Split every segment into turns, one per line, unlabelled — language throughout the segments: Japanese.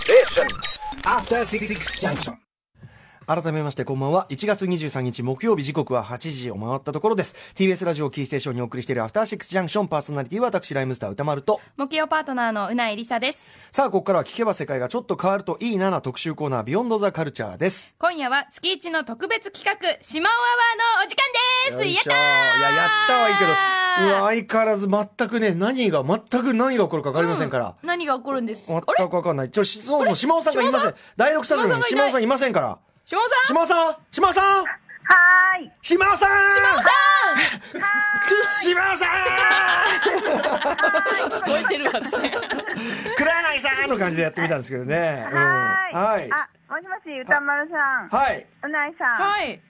Station. After Six Junction.
改めましてこんばんは1月23日木曜日時刻は8時を回ったところです TBS ラジオキーステーションにお送りしているアフターシックスジャンクションパーソナリティは私ライムスター歌丸と
木曜パートナーのうないりさです
さあここからは聞けば世界がちょっと変わるといいなな特集コーナービヨンドザカルチャーです
今夜は月一の特別企画「シマオアワー」のお時間
よ
で
い
す
しょ
やったー
いややったはいいけどうわ相変わらず全くね何が全く何が起こるか分かりませんから、
何が起こるんですあ
全
れ
く分かんないちょ質問の島尾さんがいません第6スタジオに島
島
尾
尾
さ
さ
んいませんから
島尾さん
島尾さん島尾さん
はーい。
島尾さん
島尾さ
島尾さん
ん聞こえてるわですね
黒柳さんの感じでやってみたんですけどね。うん
はーい。
は
あ、もしもし、歌丸さん。
い。はい。
うないさん。
はい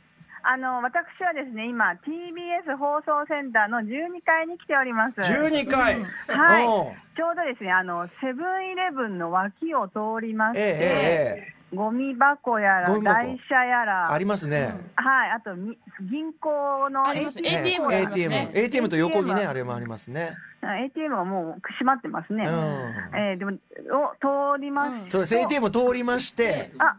あの、私はですね、今、TBS 放送センターの12階に来ております。
12回。
はい
うん
ちょうどですね、あの、セブンイレブンの脇を通りまし
ええ
て、
ええええ
ゴミ箱やら
ゴミ箱
台車やら
ありますね。
はいあとみ銀行の
ありますね
ATM,
ATM が
ね
あります
ATM
ね。
ATM と横にね、
ATM
あれもありますね。
ATM はもう閉まってますね、
うん
えーでもを通りまして、
そうです。ATM を通りまして、
あ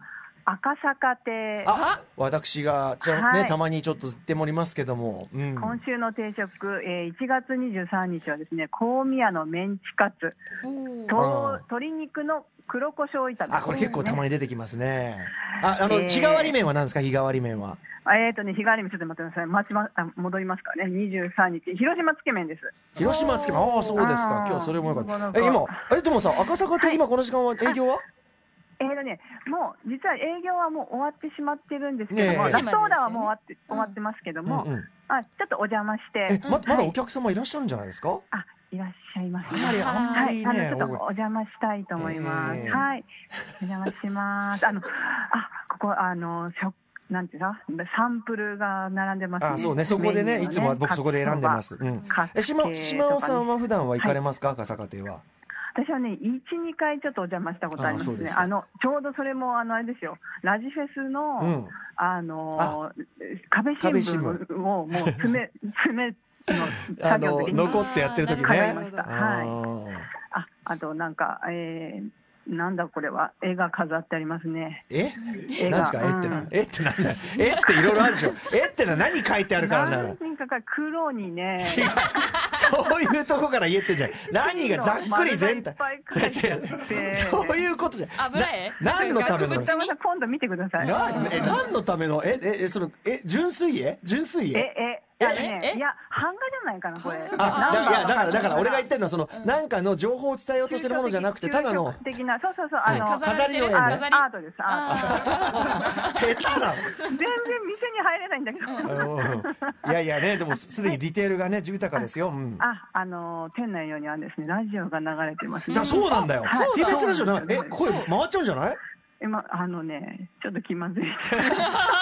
赤坂亭
あ、私が、ちょ
は
ね、
い
たまにちょっと行ってもりますけども。うん。
今週の定食、えー1月23日はですね香味屋のメンチカツ
あ
と
ー
鶏肉の黒胡椒炒め
あ、これ結構たまに出てきますね。あ、あ
え
の、
え
日替わり麺は何ですか日替わり麺は。
あえっ、とね日替わりもちょっと待ってください待ちまあ戻りますからね23日広島つけ麺です
広島つけ麺。ああ、そうですか
あ。ー
今日それもよかっ
なるほ
た。
ど
え、今、え、でもさ、赤坂って今この時間は営業は
えーとね、もう実は営業はもう終わってしまってるんですけども、
ねえ
ラストオーダーはもう終わって,、終わってますけど
うん
も、
うん。
あ、ちょっとお邪魔して、
え、ま、まだ
はい
お客様いらっしゃるんじゃないですか
あいらっしゃいます
あんまり、あんま
は
り
い、あ
ね、
のちょっとお邪魔したいと思います。
ええ
はい、お邪魔します。あの、あ、ここあの食なんていうの、サンプルが並んでます、ね。
あ、そうね、そこでね、いつもは僕そこで選んでま。す。うん。
カツ
え、
と
島、
か
島尾さん
は
は普段は行かれますか、赤坂亭は。
私はね、1、2回ちょっとお邪魔したことあります
あそうで
ね。
す
あ
か
の、ちょうどそれも、あの、あれですよ、ラジフェスの、
うん。
あのー壁新
壁
聞をもう詰め、詰めの
あ
作業
の、
的に
残ってやってる時
かかり
ね
ま。した。
あ
はい。
ー
あ、あとなんか、えー、なんだこれは、絵が飾ってありますね。
え
絵
何
が
ですかえって
う。
なんえってなんだよえっていろいろあるでしょ。えってな何書いてあるからな
何
の。
人かが黒に
違
ね、
う。そういうとこから言えってんじゃん。 何がざっくり全体。
丸がいっぱい書いてあっ
違う違う
て
そういうことじゃん。
油絵
な何のため
な
の
んか額
北村
縁
さん、今度見てください。
な、え、何のための、え、え、えその、え、純粋絵純粋
え、
絵
え、あの
え
ね
え、
いや、版画じゃないかな、これ。
あ、だいや、だから、だから、俺が言
っ
ってんのは、その、なんかの情報を伝えようとしてるものじゃなくて、ただの、
的な、そうそうそう、あの、
はい飾りの絵ね
あ
飾り
アートです、アート。
下手だ
全然店に入れないんだけど。
いやいやね、でも、すでにディテールがね、豊かですよ。うん。
あ、あのー店内用にはですね、ラジオが流れてますね。
だそうなんだよ
はい。
TBS ラジオな、え
そうなんです、よ
声回っちゃうんじゃない
今、あのね、ちょっと気まずい。
そ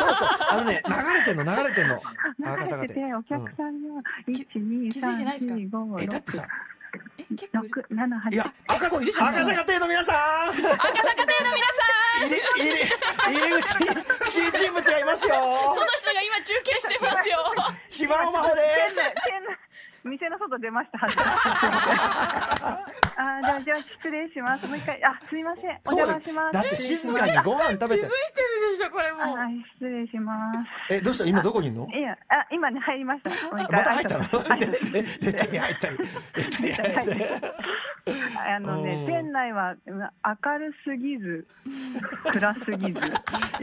うそう。あのね、流れてんの、流れてんの。
流れてて、お客さんが、一二
気づいてな
三
いですか
四五
え、だってさ
六、
え結構いる
六七
い
八。
や、赤坂、赤坂亭の皆さん入
赤坂亭の皆さん
り、入り、入り口に、新人物がいますよ
その人が今中継してますよ
島尾真帆で
店
す
内店内店の外出ました。初めてあ、じゃあ、じゃあ、失礼します。もう一回、あ、すいません。お
そうだよ
邪魔します。
だって静か
に。
にご飯食べて。
てるでしょこれも
はい、失礼します。
え、どうした今どこにいんの
いや、あ、今ね、入りました。もう一回
また入ったの
あそうはい
で出たり入 ったり。出たり入ったり。
あの
う
ね
ん、
店内はうん明るすぎず、暗すぎず。
い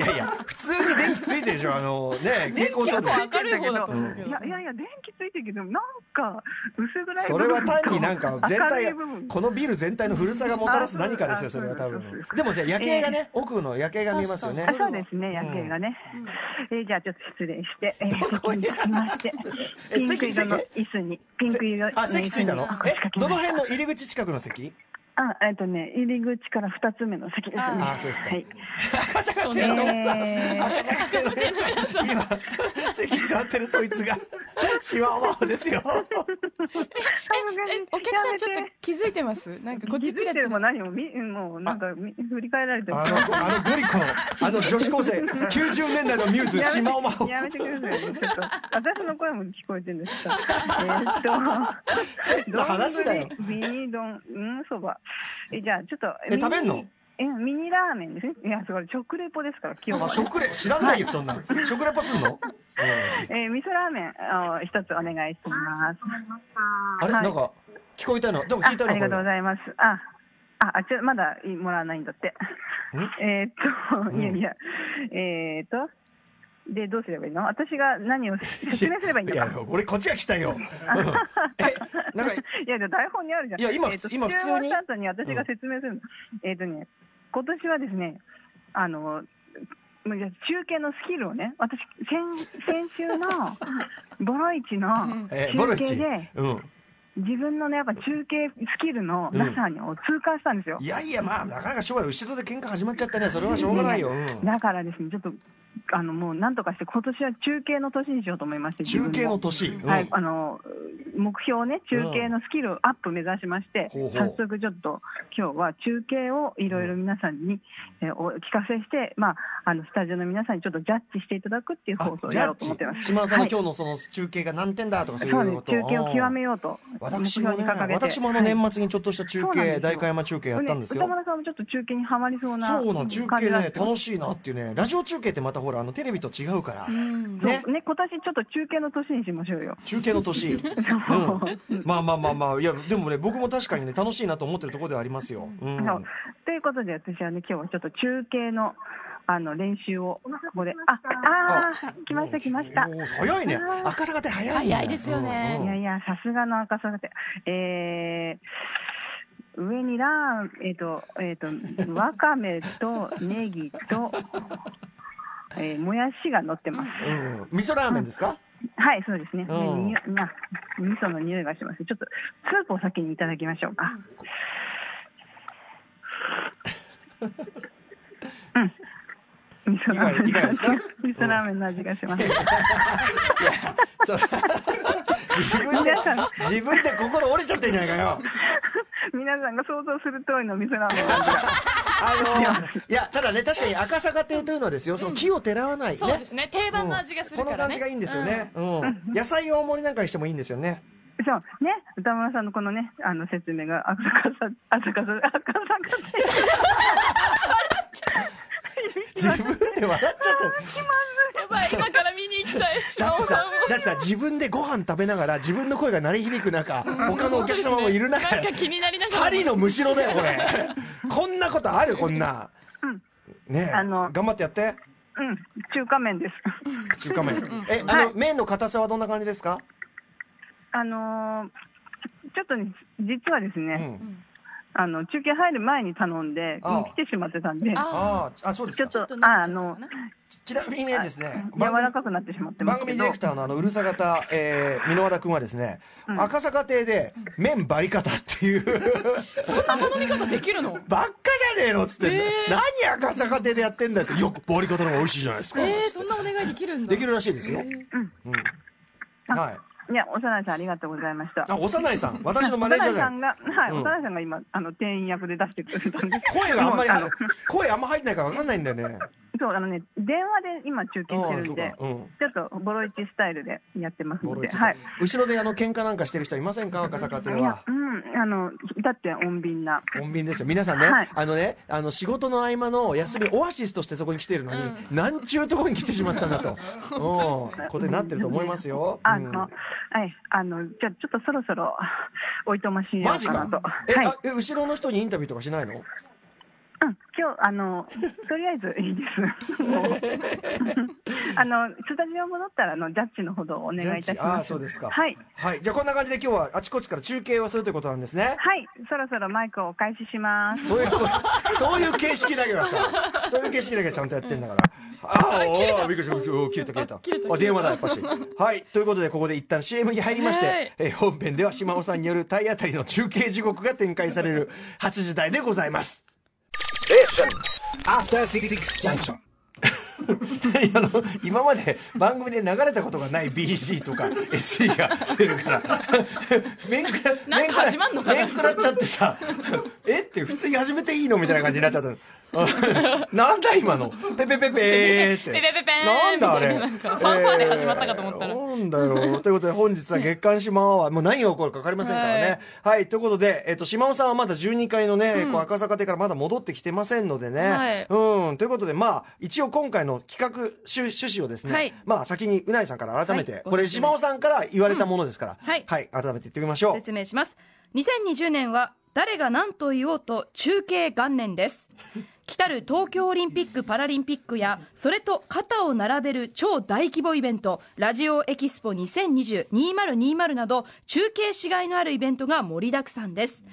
やいや、普通に電気ついてるでしょ、あのね、蛍光灯
結
で。
構明るい方だと思うけど
いやいやいや、電気ついてるけど、なんか薄暗い
それは単になんか全体
明るい
が
部分
このビル全体の古さがもたらす何かですよそ
あそう
れは多分
そうそうそう
でもじゃあ夜景がね、奥の夜景が見えますよね
あそうですね、夜景がね。えーじゃあちょっと失礼して、えー
どこに
席に着きまして、
え
ピンク
席
色の
席
椅子に、ピンク色の椅子
あ席ついたの
にあ
えどの
腰
辺
掛けました
の入り口近くの席
あ、えっとね、入り口から二つ目の席ですね。
あそうですか
はい。
赤坂
え
店のさ
ー
今席座ってるそいつがシワワオです よ
ええお客さんちょっと気づいてますなんかこっ
気
ち
づ
チラ
い
チ
てるも
ラ
何もみもうなんかみ振り返られてる
あのあのグリコのあの女子高生90年代のミューズシマオマオ
やめてくださいねちょっと私の声も聞こえてるんで すかえっと
話だよ
丼ミニ丼うんそばえじゃあちょっと
え食べんの
ミニえミニラーメンですね。いや、すごい、食レポですから、今日
あ、
は。
食レ、知らないよ、そんなの。食レポすんの、うん
えー、味噌ラーメンあの一つお願いします。
あれ、
はい
なんか、聞こえたの、でも
あ
聞いたの
ありがとうございます。あ、あ、あちょまだいもらわないんだって。えーっと、
うん
いやいや、えーっと、で、どうすればいいの私が何を説明すればいいんだ
や
か。、
俺、こっちが来たよ。うんえ、なんか、
いや、でも台本にあるじゃん。
いや今
えーっと
今普通に
注文した後に私が説明するの。えーっとね、今年はですね、あの、もういや中継のスキルをね、私、先先週のボロ市の
えボル
中継
チ
で、。
うん。
自分のね、やっぱ中継スキルのなさにを痛感したんですよ。
いやいや、まあ、なかなか将来、後ろで喧嘩始まっちゃったね。それはしょうがないよ。うん
だからですね、ちょっと、あの、もうなんとかして、今年は中継の年にしようと思いまして、自
中
分
継の年。うん
はい、あの、目標をね、中継のスキルアップ目指しまして、
ほうほう
早速ちょっと、今日は中継をいろいろ皆さんに、えーお聞かせして、まあ、あの、スタジオの皆さんにちょっとジャッジしていただくっていう
あ
放送を
ジ
や
ャ
ろうと思ってま
ッジ
す。
島田さんの
はい
今日のその中継が何点だとかそう
そう
い
で
う
す
こと
中継を極め
よ
ようと、
私も
目
ね
標に掲げて
私もあの
はい
年末にちょっとした中
そうなん
継
ですよ
大会山中継やったんですよ
ね、歌丸さんもちょっと中継にはまりそうな
そうなん中
感
継
じなん
ね
ですよ
楽しいなっていうねラジオ中継ってまたほらあのテレビと違うから、
うん
ね
そうね、今年ちょっと中継の年にしましょうよ。
中継の年、うん、 まあまあまあまあいやでもね僕も確かにね楽しいなと思ってるところではありますよ、うん、
そうということで、私はね、今日はちょっと中継のあの練習を、ここで、ああー来ました、来ました
お。ー早いね赤坂って早い、ね、
早いですよね
うん
い
う
や
ん
いや、さすがの赤坂で、えー、上にラーメン、えっ、と、えっ、と、わかめとネギと、えーもやしが乗ってます。
うん味噌ラーメンですか、
はい、そうですね。
う
うんん、にな味噌の匂いがします。ちょっとスープを先にいただきましょう か。うん。味噌ラーメン
いかが
の
い
味
かが
が
ですか
味噌ラーメンの味がします。
それ自分で
皆さん
自分で心折れちゃってんじゃないかよ
皆さんが想像する通りの味噌ラーメンの味が。
あのーいや、ただね、確かに赤坂亭というのはですよ、その木をてらわないね。
そうですね定番の味がする
こ
か
の
ら
感
ね
じがいいんですよね。うん。野菜大盛りなんかにしてもいいんですよね。
そうね、歌村さんのこのね、あの説明が赤坂さ、赤坂さ、赤坂さ。
自分で笑っちゃっ
やばい今から見に行きたい
た。だっ
島尾
て
さ
さ
んを、
だってさ、自分でご飯食べながら自分の声が鳴り響く中、他のお客様もいる中、
なんか気になりながら
針のむしろだよ、これ。 こんなことある、こんな。ねえ、
あの
頑張ってやって、
うん、中華麺です。
中華麺。え、あの、麺の硬さはどんな感じですか
あのーちょっとね、実はですね。
うん。
あの中継入る前に頼んで、
ああ
もう来てしまってたんで、
あ
ああ、あ、そうです
ちょっ
か。
と、
ちょっとな
ああ
っちゃう
の
かな
ちなみにねですね、
柔らかくなってしまってま
番
すけ
組デ
ど、
ィレクターのあのうるさ型、えー、箕輪田君はですね、
うん
赤坂亭で麺バリ方っていう
ーそんな頼み方できるの
ばっかじゃねえのっつってんだ、
えー
何赤坂亭でやってんだってよくバリ方の方が美味しいじゃないですか、
えー
つって
そんなお願いできるんだ
できるらしいですよ、うんはい
いや、おさないさん、ありがとうございました。
あ幼いさん私のマネージャーじゃん
おさないさんが、はい、
うん
おさないさんが今、あの店員役で出してくれたんで、
声があんまり
もう
あの声あんま入ってないから分かんないんだよね
そう、あのね、電話で今、中継してるん
あ
で
あ、そうかうん
ちょっとボロイチスタイルでやってます
ボ
の
ロ
で、
一さん
はい。
後ろであの喧嘩なんかしてる人いませんか赤坂亭
いや
は、
うん、あの、だって、穏便な。
穏便ですよ皆さんね、
はい
あのねあの仕事の合間の休みオアシスとしてそこに来ているのに、なんちゅうところに来てしまったんだ と、うん、ことになってると思いますよ、
あ
うん
の、はい、あの、じゃあちょっとそろそろ、おいとましいよ
マ
う
ジ
かな
か
と。
え,あ、
はい。
え後ろの人にインタビューとかしないの
うん、今日あのとりあえずいいです。もうあのスタジオ戻ったらあのジャッジのほどお願いいたし
ジャッジあ
ま
ー
す。
そうですか
はい
はいじゃあこんな感じで今日はあちこちから中継をするということなんです ね
はい、そろそろマイクをお返しします。
そういうとこそういう形式だけはさそういう形式だけはちゃんとやってんだからああ おおびっくりしたお消えた消えた
切れた
あ電話だやっぱしはいということでここで一旦 CM に入りまして、
はい
えー本編では島尾さんによる体当たりの中継地獄が展開される8時台でございます
After Six Junction.
あの今まで番組で流れたことがない BG とか SE が出るから 面食ら
なんか始まんのかな
面食らっちゃってさえって普通に始めていいのみたいな感じになっちゃったの なんだ今のペペペペーっ
ペペ
て。
ペペーン
なんだあれ。
みたいななんかファンファーレ始まったかと思ったら
えーなんだよ。ということで本日は月刊島はもう何が起こるか分かりませんからね。はい。ということで、えっと、島尾さんはまだ12階のね、
うん
こう赤坂邸からまだ戻ってきてませんのでね。
はい
うん。ということで、まあ、一応今回の企画趣趣旨をですね、
はい
まあ先にうないさんから改めて、
はい
これ島尾さんから言われたものですから、
うんはい
はい。改めて言ってみましょう。
説明します2020年は誰が何と言おうと中継元年です来たる東京オリンピック・パラリンピックやそれと肩を並べる超大規模イベントラジオエキスポ2020-2020など中継しがいのあるイベントが盛りだくさんです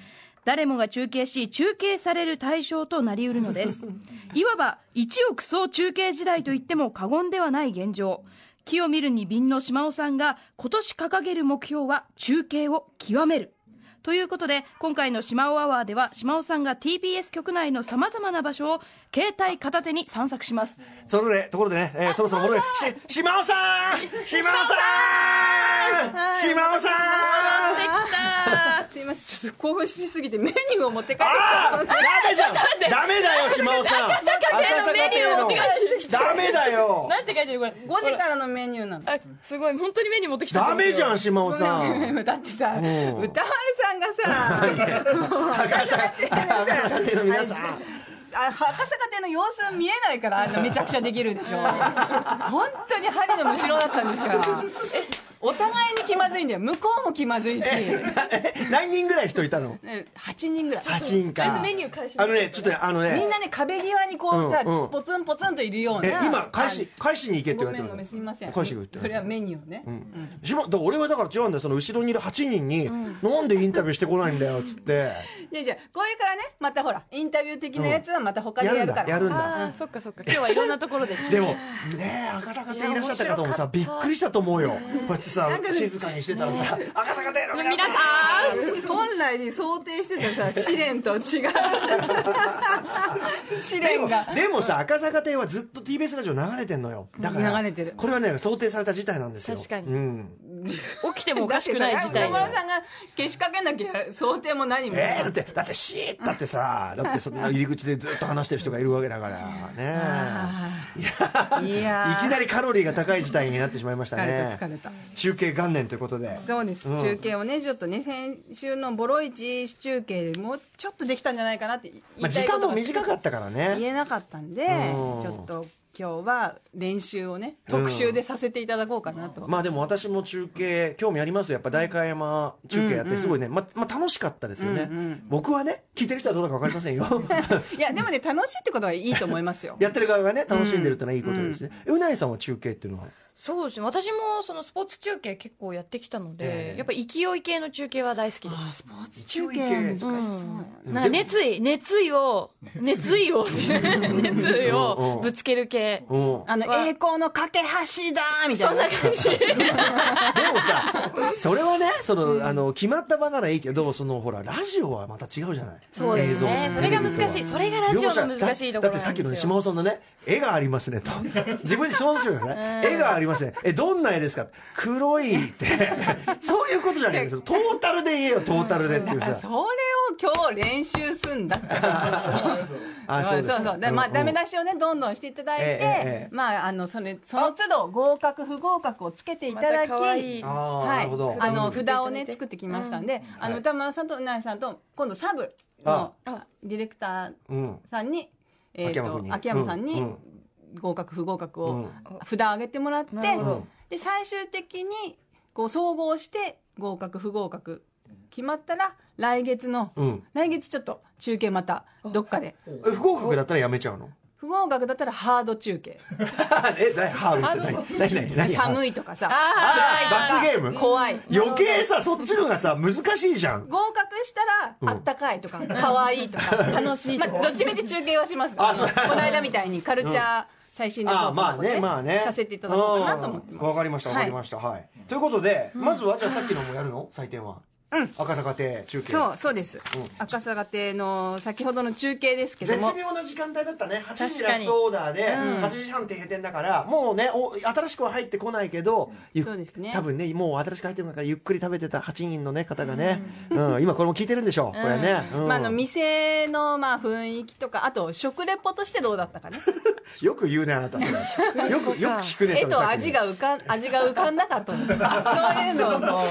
誰もが中継し中継される対象となりうるのですいわば一億総中継時代と言っても過言ではない現状木を見るに瓶の島尾さんが今年掲げる目標は中継を極めるということで今回の「島尾アワー」では島尾さんが TBS 局内のさまざまな場所を携帯片手に散策します
それで、ところでね、えーそろそろ戻れ、し、島尾さん島尾さん島尾さん
あーすいませんちょっと興奮しすぎてメニューを持って帰ってき
あ
た
あダメじゃんダメだよ島尾さん赤
のメニューを持って帰
ダメだよ
なんて書いてるこれ
5時からのメニューなの
あすごい本当にメニュー持ってきた
ダメじゃん島尾さ
ごめ
ん
んだってさ
ん
歌丸さんがさ
赤坂赤坂亭の皆さん
あ博坂亭の様子見えないからあんなめちゃくちゃできるでしょ本当に針のむしろだったんですからお互いに気まずいんだよ向こうも気まずいし
え何人ぐらい人いたの
うん8人ぐらい
8人
とりあえ
か
ずメニュー返しに
あのねちょっとねあの
み
ね
んなね壁際にこうさ
うんうん
ポツンポツンといるよう
え
な
今返し返しに行けって言
ご
われ
め
て
ん
る
ごめんすみません
返してくれって
それはメニューね
島だから俺はだから違うんだよその後ろにいる8人に、なんでインタビューしてこないんだよっつって
いやいやこれからねまたほらインタビュー的なやつはまた他で
やる
や
ん
る
だ
から
やるんだ
あーそっかそっか今日はいろんなところで
でもねえ赤坂亭いらっしゃった方もさびっくりしたと思うよこうやってさ
なんかね
静かにしてたらさ赤坂亭の皆
皆
さん
さん
本来に想定して たさ試練と違う試練が
でもさ赤坂亭はずっと TBS ラジオ流れてんのよだから
流れてる
これはね想定された事態なんですよ
確かに
うん
起きてもおかしくない事
だって
態
さ中村さんが消しかけなきゃ想定も何も
えー、だってだってシーッだってさだってその入り口でずっと話してる人がいるわけだからね
い
えい
や
きなりカロリーが高い事態になってしまいました
疲れ
ね
た疲れた
中継元年ということで
そうです、
ん
中継をねちょっとね先週のボロ市中継もうちょっとできたんじゃないかなって言
まあ、
い
時
たいこ
間も
とが
短かったからね
言えなかったんで
うん
ちょっと今日は練習をね特集でさせていただこうかなと、
まあでも私も中継興味ありますよやっぱ代官山中継やってすごいね、ままあ楽しかったですよね、
うんうん
僕はね聞いてる人はどうだか分かりませんよ
いやでもね楽しいってことはいいと思いますよ
やってる側がね楽しんでるってのはいいことですね、うなえさんは中継っていうのは
そうですね私もそのスポーツ中継結構やってきたの
ええ
で、やっぱ勢い系の中継は大好きで
あー
す
スポーツ
中
中
継
継
難
難
し
し
そ
そうう
だよ
だ
ね
よね
なんか熱意熱意を熱意を熱意をぶつける系
うん
あの栄光の架け橋だーみた
そ
い
ん
な
な感じ
でもさ それはねその、あの決まった場ならいいけどそのほらラジオはまた違うじゃない
そうです
映
ね
像
それが難しいそれがラジオの難しいとこ
だだっ
ろ
て
な
さっ
ん
きの、
で
ね、
す
島
よ
尾さんのね絵がありますね と自分で想像するよね絵がありますねえどんな絵ですか黒いって そういうことじゃないんです よトータルで言えよトータルでっていうさ
それを今日練習すんだって感じですよ
あそうです
そうそうでまあ
うんうん
ダメ出しをねどんどんしていただい
ええ
て、
ええ
まああのそれその都度合格不合格をつけていただき、
また可愛い
ああ、
は
ないるほど、
あ
う
の
ん
札をね作ってきましたんで、あ
はい
の歌丸さんとうなえさんと今度サブのディレクター
うん
さんに、えー
秋山
と
君に
秋山さん
う
に
んうん
合格不合格
うん
を札を上げてもらって、
なるほど
で最終的にこう総合して合格不合格決まったら来月の、
うん
来月ちょっと中継またどっかで
え不合格だったらやめちゃうの
不合格だったらハード中継
えなハーブって何何何何
寒
い
いとかさ
あー罰ゲーム
怖い
余計さそっちのがさ難しいじゃん
合格した
うん
らあったかいとか可愛い とか
楽しい
ま
と
あ
こ
どっちみち中継はしますこ
あそう
の間みたいにカルチャー最新の
ああまあ
報告を
ねまあね
させていただこうかなと思ってます
うんわかりましたわかりましたはい、ということでまずはじゃあさっきのもやるの採点は赤坂亭中継
そうそうです、
うん
赤坂亭の先ほどの中継ですけど
絶
も
妙な時間帯だったね8時
確
ラ
か
ス
に
トオーダーで8時半って閉店だからもうねお新しくは入ってこないけどゆっ
そうですね
多分ねもう新しく入ってるからゆっくり食べてた8人のね方がねうん今これも聞いてるんでしょうこれねうん
まあ、あの店のまあ雰囲気とかあと食レポとしてどうだったかね
よく言うねあなたそ れよくよく聞くね
絵
それ
と
さっきね
味が 浮かん味が浮かんなかったとそういうのをこう考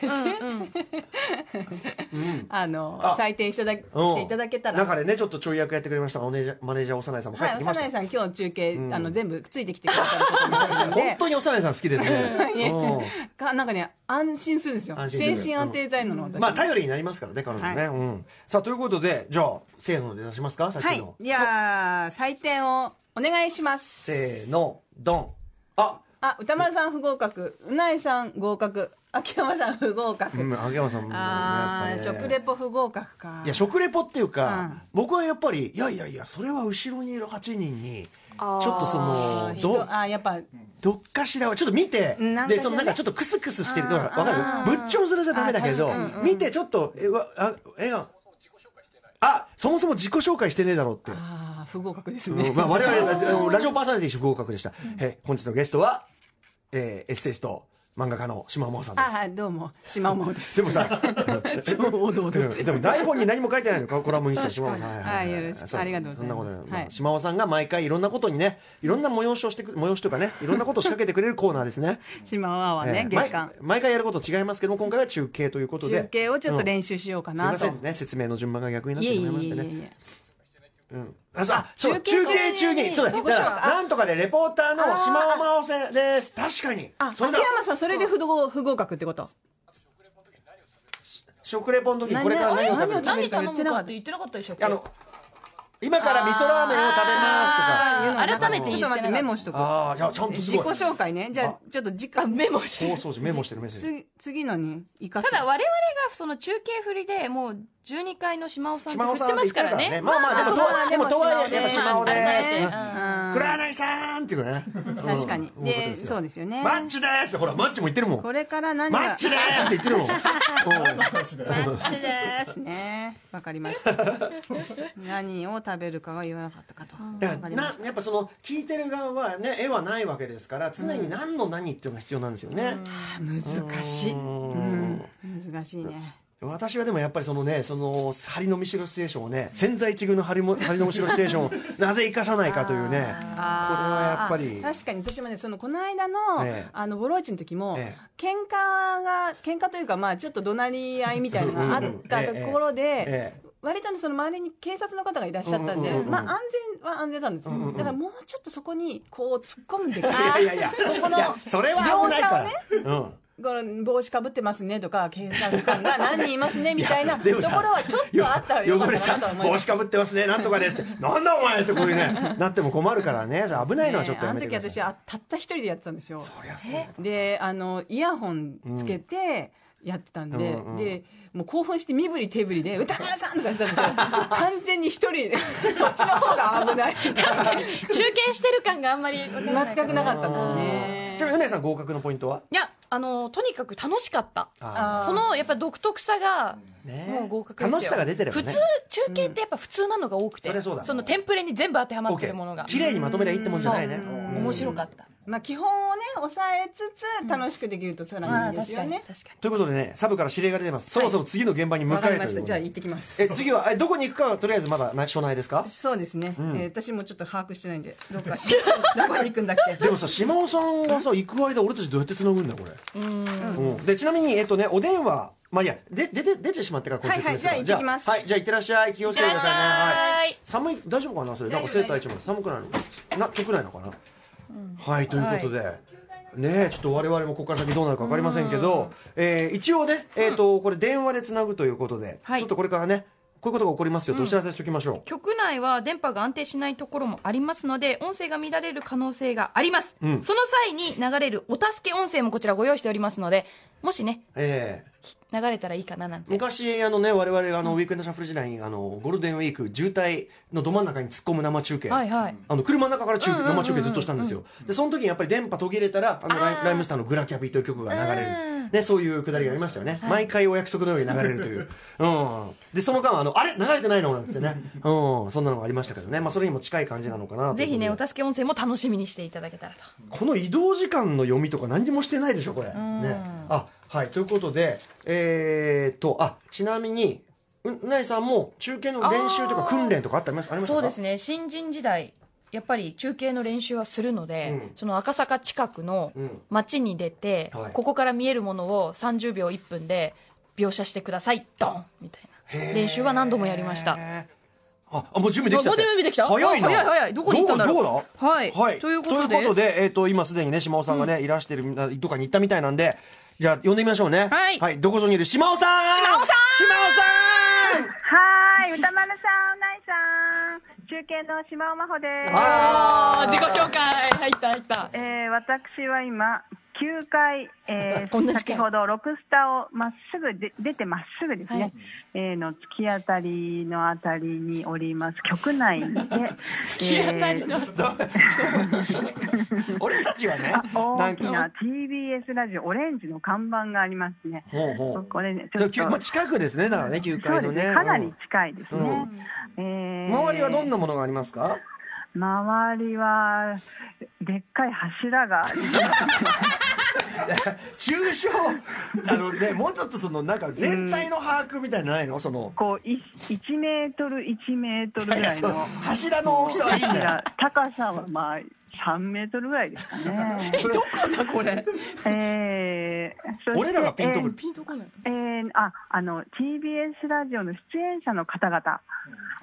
えて、 あの
あ
採点していただ
うん
していただけたら
中でねちょっとちょい役やってくれましたマネージャーマネージャー長内さんも帰っ
は
て
い、
きま
長
した
内
よ
さん、今日中継、あの全部ついてきてくださることになってる の
本
で
当に長内さん好きですねうん
か、なんかね、安心するんですよ
安、心する
精神安定剤なの、私、
まあ頼りになりますからね彼女ねうんさあということでじゃあせーので出しますかさっ
は
き
い
の、
じゃあ、採点をお願いします。
せーのドンあ
あ、歌丸さん不合格、うないさん合格、秋山さん不合格、
うん、秋山さんもね
あ
や
ー、
っぱね
食レポ不合格か
いや。食レポっていうか、
うん
僕はやっぱりいやいやいやそれは後ろにいる8人にち
あ
ょ
ー
っとその
人
ど
あーやっぱ
どっかしらはちょっと見て、
うんなんか
で
しら
そのなんかちょっとクスクスしてるからわか
あ
る
ー
ぶっちょうずらじゃダメだけど、
あー確
見てちょっとえわあえがあそもそも自己紹介してねえだろうって、
あー不合格です
う
ね
んまあ、我々ラジオパーソナリティ不合格でした、え本日のゲストは、えーエッセイスト漫画家の島尾真央さんです
あーどうも島尾です
でも さ、うんでも台本に何も書いてないのか、コラムニスト島尾さん。
確かにはいよろしく
そう
ありがとうござ
そ
います
んなことない
はい
島尾さんが毎回いろんなことにね、いろんな催しをしてく、催しというかね、いろんなことを仕掛けてくれるコーナーですね。
島尾は
え
ね
ー
月間
毎毎回やること違いますけども、今回は中継ということで。
中継をちょっと
習、
練習しようか
すみ
な
ませ
と
んね、説明の順番が逆になっ
いえ
て
い
し
えい
まいまし
え
て
いえ
ね。
いえ
あ、そう、あそう中
中
継
継
中
中に
に、そうだ、だ
自己紹
か
介
ら、なんとかでレポーターの島尾真央さんです。確かに。
あ秋
それだ。
山さんそれで不合不合格ってこと
食レポの時、これから何を食べる。
何頼むかって言ってなかったでしょ
あの、今から味噌ラーメンを食べますとか。
あ
改めて
ちょ
言
っ
ってなか
と
っ
待ったてメモしとく
ああ、じゃあちゃんとす
自己
ごい。
紹介ねじゃあちょっと時間メモし
放送時メモしてるメッセージ。
次のに生かす
ただ我々がその中継振りでもう12回の島尾さんって
島
振
尾さ
っ
んって言っ
てます
て
か
るかららね。
ね
まあまあ、でも、とはいえ、でも、とはいえ、でも、島尾で
う
す。
ん
黒柳さんっていうね。
確かに
うんこういうことで
で
すよ
そうですよね
マッチですほら、マッチも言ってるもん。
これから何
マ
が
ッチですって言ってるもん。
マッチですねわかりました何を食べるかは言わなかったかと
だ
わ
か
からりま
な
し
やっぱその聞いてる側はね絵はないわけですから常に何の何っていうのが必要なんですよね、
た難しいうん難しいね
私はでもやっぱりそのねその「張りのみしろステーション」をね千載一遇の張りも 張りのみしろステーションをなぜ生かさないかというねこれはやっぱり
あ確かに私もねそのこの間の、
ええ
あのボロイチの時も、
え
喧嘩が喧嘩というかまあちょっと怒鳴り合いみたいなのがあったところで、
ええ
割とねその周りに警察の方がいらっしゃったんで、
うんうんうんうん
まあ安全は安全なんです、
んうん
だからもうちょっとそこにこう突っ込んで くる
いやいやいや
この
いやそれは危ないから、
この帽子かぶってますねとか警察 官が何人いますねみたいな
や
と
で
こ
も
ろ
さ
はちょっ
うん、
とあったらよか
汚
っ
れ
た
さ
なとは思いま
帽
す
子かぶってますねなんとかですってなんだお前ってこういう ねなっても困るからねじゃあ危ないのはちょっと
ね
や
あ
め
の
てく
時
ださい、
私あたった一人でやってたんですよ
そりゃそうだ
であのイヤホンつけてやってたんで、
うんうん
でもう興奮して身振り手振りで「歌丸さん!」とかやってたんですけ ど完全に一人で そっちの方が危ない
確かに 中継してる感があんまりわから ない
全くなかったんですね
ちなみにうなぎさん合格のポイントはい
やあのとにかく楽しかった
あ
ー
そのやっぱ独特さが
ね
もう合格ですよ
楽しさが出てればね
普通中継ってやっぱ普通なのが多くて、
うんそりゃそうだ
のテンプレに全部当てはま
オ
っ
ッケ
てるものが
ー綺麗にまとめりゃいいってもんじゃないね
そう
うん
面白かった、
まあ、基本をね抑えつつ楽しくできるとさらにいいですよね、
確かに
ということでねサブから指令が出てますそろそろ次の現場に向
わ
か
かり
え
ま
と
し
いう
た
こと
じゃあ
で
行ってきます
え次はえどこに行くかはとりあえずまだ内緒内ですか
そうですね、えー私もちょっと把握してな いんでどっか どこに行くんだっけ
でもさ島尾さんがさ行く間俺たちどうやってつなぐんだこれうんでちなみにえっとねお電話まあいいやで出て出てしまってからこれ説明するから
はいはいじゃあ行ってきます
はいじゃあ行ってらっしゃい気をつけてくださいね
いってらっしゃい
はい寒い大丈夫かなそれなんかセーター一枚寒くないのな直ないのかなはいということで、ねえちょっと我々もここから先どうなるか分かりませんけど、えー一応ね、えー、とこれ電話でつなぐということで、
はい
ちょっとこれからねこういうことが起こりますよとお知らせしておきましょう、
局内は電波が安定しないところもありますので音声が乱れる可能性があります、
ん
その際に流れるお助け音声もこちらご用意しておりますのでもしね
ええ
流れたらいいかななんて。
昔あのね我々あのウィークエンドシャッフル時代にあのゴールデンウィーク渋滞のど真ん中に突っ込む生中継、
はいはい。
あの車の中から中生中継ずっとしたんですよ、でその時にやっぱり電波途切れたらあのライライムスターの「グラキャビ」という曲が流れる、ね、そういうくだりがありましたよね、毎回お約束のように流れると いう、うん、でその間あの「あれ流れてないの?」なんですよね、 うん、そんなのがありましたけどね、まあ、それにも近い感じなのかな
ぜひね、お
ということで
助け音声も楽しみにしていただけたらと。
この移動時間の読みとか何にもしてないでしょこれ、ね、あはいということでえー、っとあちなみにうなえさんも中継の練習とか
あー
訓練とかあったりますありましたか
そうですね新人時代やっぱり中継の練習はするので、
うん
その赤坂近くの
うん
町に出て、
はい
ここから見えるものを30秒1分で描写してくださいドンみたい
へー
な練習は何度もやりました
ああもう準備できた
あもう準備できた
早いな
あ早い早いどこに行ったんだろう
どうだ
はいということで
えっ、と今すでにね島尾さんがね、いらしてるみんなどっかに行ったみたいなんでじゃあ呼んでみましょうね
はい
どこぞにいる島尾さん
島
島
尾さん
尾さん
はーい、歌丸さん、うないさん、中継の島尾真帆です。
あー自己紹介入った入った
えー私は今、9階、え
同じ
ー、
階
先ほどロクスターをまっすぐで出てまっすぐですね、
はい
えーの突き当たりのあたりにおります、局内で、
突き当たりの、
俺たちはね
えー
な
大
ん
き
か
な TBS ラジオ、オレンジの看板がありますね。
ほうほ
こ
う
これね、
じ
ち
ゃ
ょ
あ
っ
きゅまあ
と。
近くですねだからね9
そう
階
で
の
す
ね
ね、かなり近いですね。
う
え
ん
ー
周りはどんなものがありますか
周りはでっかい柱があります
中小あのねもうちょっとそのなんか全体の把握みたいなのないのその
こうい1メートル1メートルぐらい
その
の
柱の大きさはいいんだよ。
高さはまあ3メートルぐらいですかね
それ
これ
えーそ して
俺らがピンとくる
ピンとこない
えーえーああの TBS ラジオの出演者の方々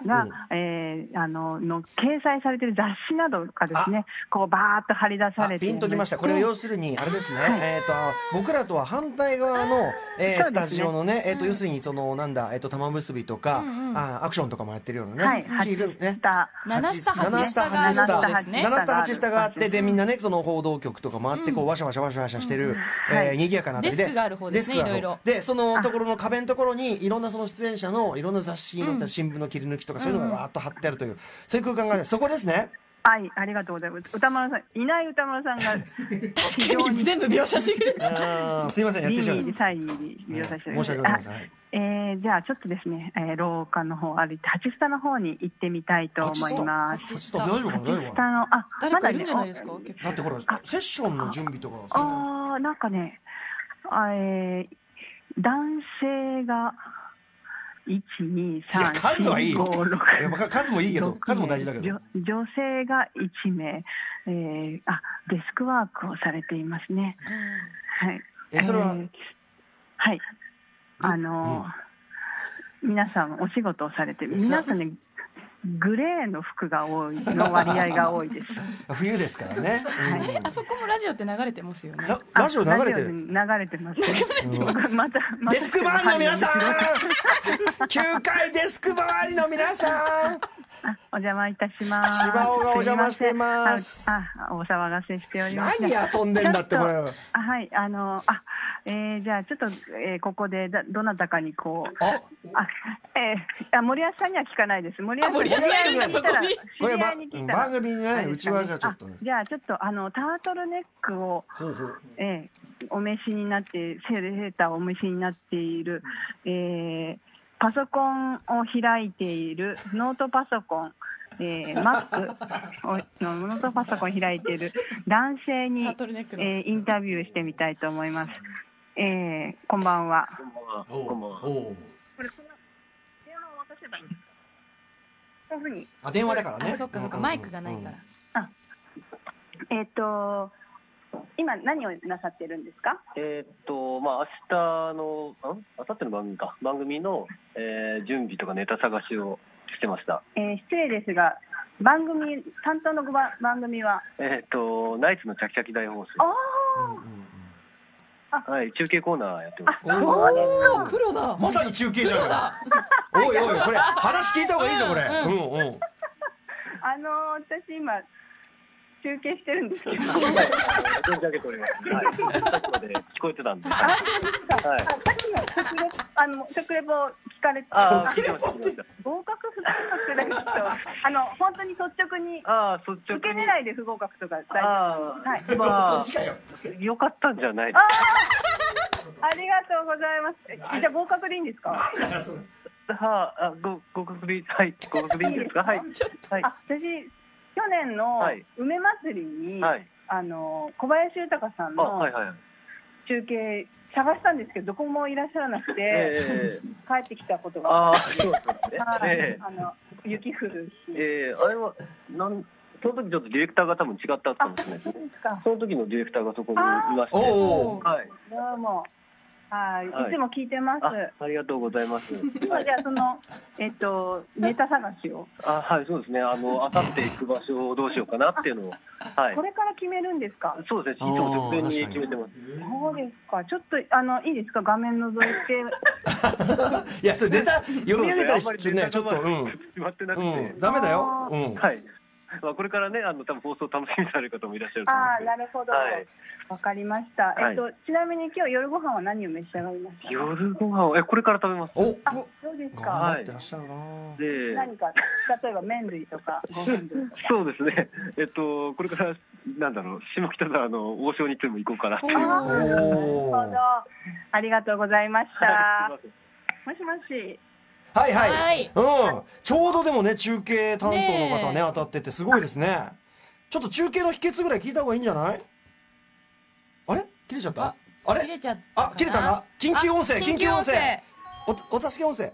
が、えーあのの掲載されてる雑誌などがですねこうバーッと張り出さ
あ
れて
ピンときましたこれは要するにあれですね、えー、と僕らとは反対側の、えー
そうですね
スタジオのね、えーと要するにそのなんだ、えー、と玉結びとか、あーアクションとかもやってるようなね、
はい
いるね
た
七下八
七下
下が
八下
そうですね
7スタ
がある
8スタがあってでみんなねその報道局とか回ってこう、わしゃわしゃわしゃわしゃしてる、えー賑やかなあたり
デスクがある方ですね
デスクがある
いろいろ
でそのところの壁のところにいろんなその出演者のいろんな雑誌の新聞の切り抜きとかそういうのがわーっと貼ってあるという、そういう空間があるそこですね
はいありがとうございます歌丸さんいない歌 丸さんが非常
確かに
に
全部描写してくれた
あーすいませんやっ
リ
て
ー
しまう
にサインに利用させていただき
申
ま
し
す
訳ございませんはい
えーじゃあちょっとですね、えー廊下の方を歩いて八下の方に行ってみたいと思います
ちょっと大丈夫かな大
八
丈夫か
下
な
のあ
誰
ま
か
だ
いるん
ね
じゃないですか、結
だってほらセッションの準備とかそういうの
ああなんかねあえー男性が一二
いや
三
数はいい
四
よ
五六
いやまあ数もいいけど数も大事だけど
女女性が一名、えーあデスクワークをされていますねはい
えそれは
ーはいあのー、皆さんお仕事をされて皆さんねグレーの服が多いの割合が多いです
冬ですからね、
構あそこもラジオって流れてますよ
うん
ね
ラ
あ
ラジオ流れてる
ラジオに流れてますまたま
デ
た
スク周りの皆さん9階デスク周りの皆さん
お邪魔いたします。
芝生がお邪魔してます
あ、あお騒がせしております。
何遊んでんだって
ちょ
こ
と
れ
あはい、あの、あ、えーじゃあちょっと、えーここでだどなたかにこう、
あ
あ、えーあ森保さんには聞かないです。森保さ
あ
ん
森保
さんいるんだ
聞いたら
そこに
知
これ
り合
ば
いに聞いたら
番組ねうちはじゃあちょっとね
じゃあちょっとあのタートルネックを、ええお召しになってセーターをお召しになっている、ええパソコンを開いているノートパソコン、ええ Mac を のノートパソコンを開いている男性に
タートルネック、の
ええインタビューしてみたいと思います。ええこんばんは。
おうおう
こういうふうに
あ電話だからね
あそっかそっかマイクがないから、
えっ、と今何をなさってるんですか。
えーっと、まあ、明日の、ん明後日の番組か。番組の、えー準備とかネタ探しをしてました。
えー失礼ですが番組担当のごば番組は
えーっと、ナイツのチャキチャキ大放
あ
送。
うんうんうん
はい、中継コーナーやってます。
うんおう
おお黒だ
まさに中継じゃないおいおいこれ話聞いた方がいいぞこれうんうん
あのー私今中継してるんですけど、さ
存じ上げております。はい。さっきまで聞こえてたんで。は
っ
い。
きの食レポあの食レポ聞かれて、
ああ、聞いてました、聞いてまし
合格不合格だけど、あの本当に率直に
た。ああ、率直
受け
に。
狙いで不合格とか大丈
あ
夫。はい。
あ、まあ、
近いよ。
良かったんじゃない
ああ、ありがとうございます。えじゃあ合格でいいんですか。
はあ、あご、ごくび、はい、ごくびいいですかはい。はい。
あ、私去年の
はい
梅祭りに、
はい。
あの小林豊さん
あ、
の
はい、はい。
中継探したんですけど、どこもいらっしゃらなくて、
ええ
帰ってきたことが。
ああ、そうですね。
はい
え
あの雪降る
え
日。
ええあれは、なん、その時ちょっとディレクターが多分違ったか
あ
も、し
そう
れな
で
いですね。
すか。
その時のディレクターがそこにいまして。
お
は
お
い。
どうも。はい、い
はい
つも聞いてます。
あ、ありがとうございます。
今じゃあそのえっとネタ探しを
あはい、そうですね、あのあさって行く場所をどうしようかなっていうのを、はい
こ、れから決めるんですか。
そうですね、いつも直前に決めてます。
そうですか。ちょっとあのいいですか画面覗い て。
いやそれネタ読み上げたりしてねちょっとう
うん
ん、
決まってなくて、
うん、ダメだよ、うん、
はい、まあ、これからね、あの多分放送楽しみにされる方もいらっしゃると思
あ
う
あ
ん
なるほど。わ、
はい
かりました。
はい
えっとちなみに今日夜ご飯は何を召し上がりました
で。。夜ご飯を、え、これから食べます。
お
あそうです
頑
か。
張ってらっしゃるな、
で、
何か 例えば麺類と かご飯類とか。
そうですね、えっと、これから、なんだろう、下北沢の王将にでも行こうかなっていう。
あーなるほど。ありがとうございま した。もしもし。
はいはい、
はい
うん、ちょうどでもね中継担当の方ね
ねえ
当たっててすごいですねちょっと中継の秘訣ぐらい聞いた方がいいんじゃないあれ切れちゃったあ
切
れ
れちゃったかな
あ切れたな緊急音声緊急音声おお助け音声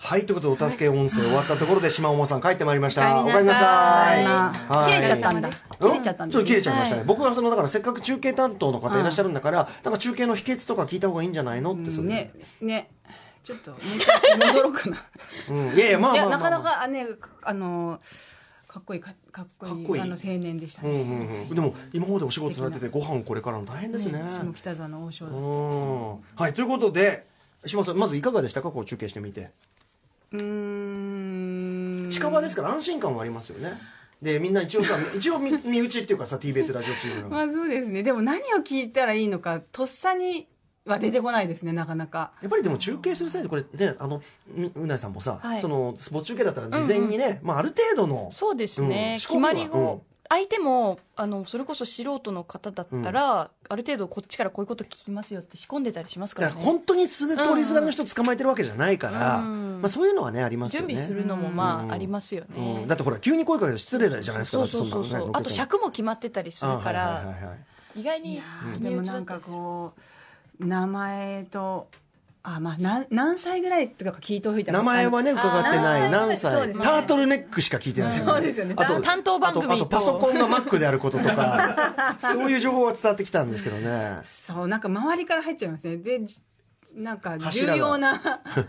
はいということでお助け音声終わったところで島尾さん帰ってまいりました
お
お
帰
帰
り
り
な
な
さ
さ
い
いはい
切れちゃったんだ。
うん
切れちゃったん
ち
だ
ょっと切れちゃいましたね、
はい
僕はそのだからせっかく中継担当の方いらっしゃるんだから、なんか中継の秘訣とか聞いた方がいいんじゃないのってそれ
ね、ね、ちょっと、もう一回戻ろうかな。
うん、 いやいやまあ
い
まあ
や、
ま
な
あま
か
あ
なか、あね、あの、かっこいい、かかっこいい、
かっこいい
あの、青年でした
うん
ね。
うんうん、でも今までお仕事されててご飯これからの大変ですね
ね下北沢の王将
う。んはいということで島さんまずいかがでしたかこう中継してみて
うーん。
近場ですから安心感はありますよねでみんな一応さ 一応身身内っていうかさ TBS ラジオチームなの
まあそうですね。でも何を聞いたらいいのか、とっさには出てこないですね、なかなか。
やっぱりでも中継する際でこれねあのみうなえさんもさ、
はい
そのスポーツ中継だったら事前にね、まあ、ある程度の
そうですね、
うん
決まり
仕込みはう
を
ん
相手もあのそれこそ素人の方だったら、ある程度こっちからこういうこと聞きますよって仕込んでたりしますか
だ
ら
か
ね
ら本当にす通りすがりの人捕まえてるわけじゃないから、
うん
まあ、そういうのはねありますよ
準
ね
備するのもまあ、
うん
ありますよね、
うん、だってほら急に声かけて失礼じゃないですか
そうそうそ
だっ
う
てんな
そ
の
う
ね
あと尺も決まってたりするから、
あはいはいはいはい
意外に
でもなんかこう、名前と、あ、まあ、なん何歳ぐらいとか聞いておいたら
名前はね伺ってない何
そう
歳
です
タ
ね
ートルネックしか聞いてない
そうですよね
あと
担当番組と
あとあとパソコンが Mac であることとかそういう情報は伝わってきたんですけど ね
そう、なんか周りから入っちゃいますね。で、じなんか重
柱が
要 な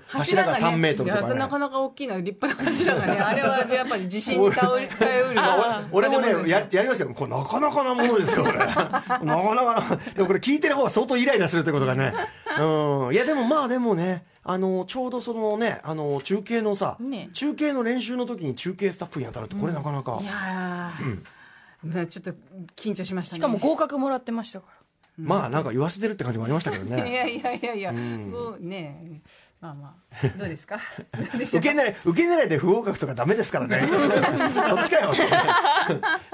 柱が
ね
3メートルとかね
いやなかなか大きな立派な柱が ね、あれはやっぱり地震に頼る。頼る
俺も
建
ね
物ですよ
ややりましたよこれなかなかなものですよこれ なかなかなでもこれ聞いてる方は相当イライラするということがねうんいやでもまあでもねあのちょうどそのねあの中継のさ、
ね
中継の練習の時に中継スタッフに当たるってこれなかなか、
いやー、まあちょっと緊張しましたね。
しかも合格もらってましたか
まあなんか言わせてるって感じもありましたけど
い
ね
やいやいやいや、もうね、まあまあ、どうで すかどうでしょ
受
う
け狙い受け狙いで不合格とかダメですから ねそっちかよ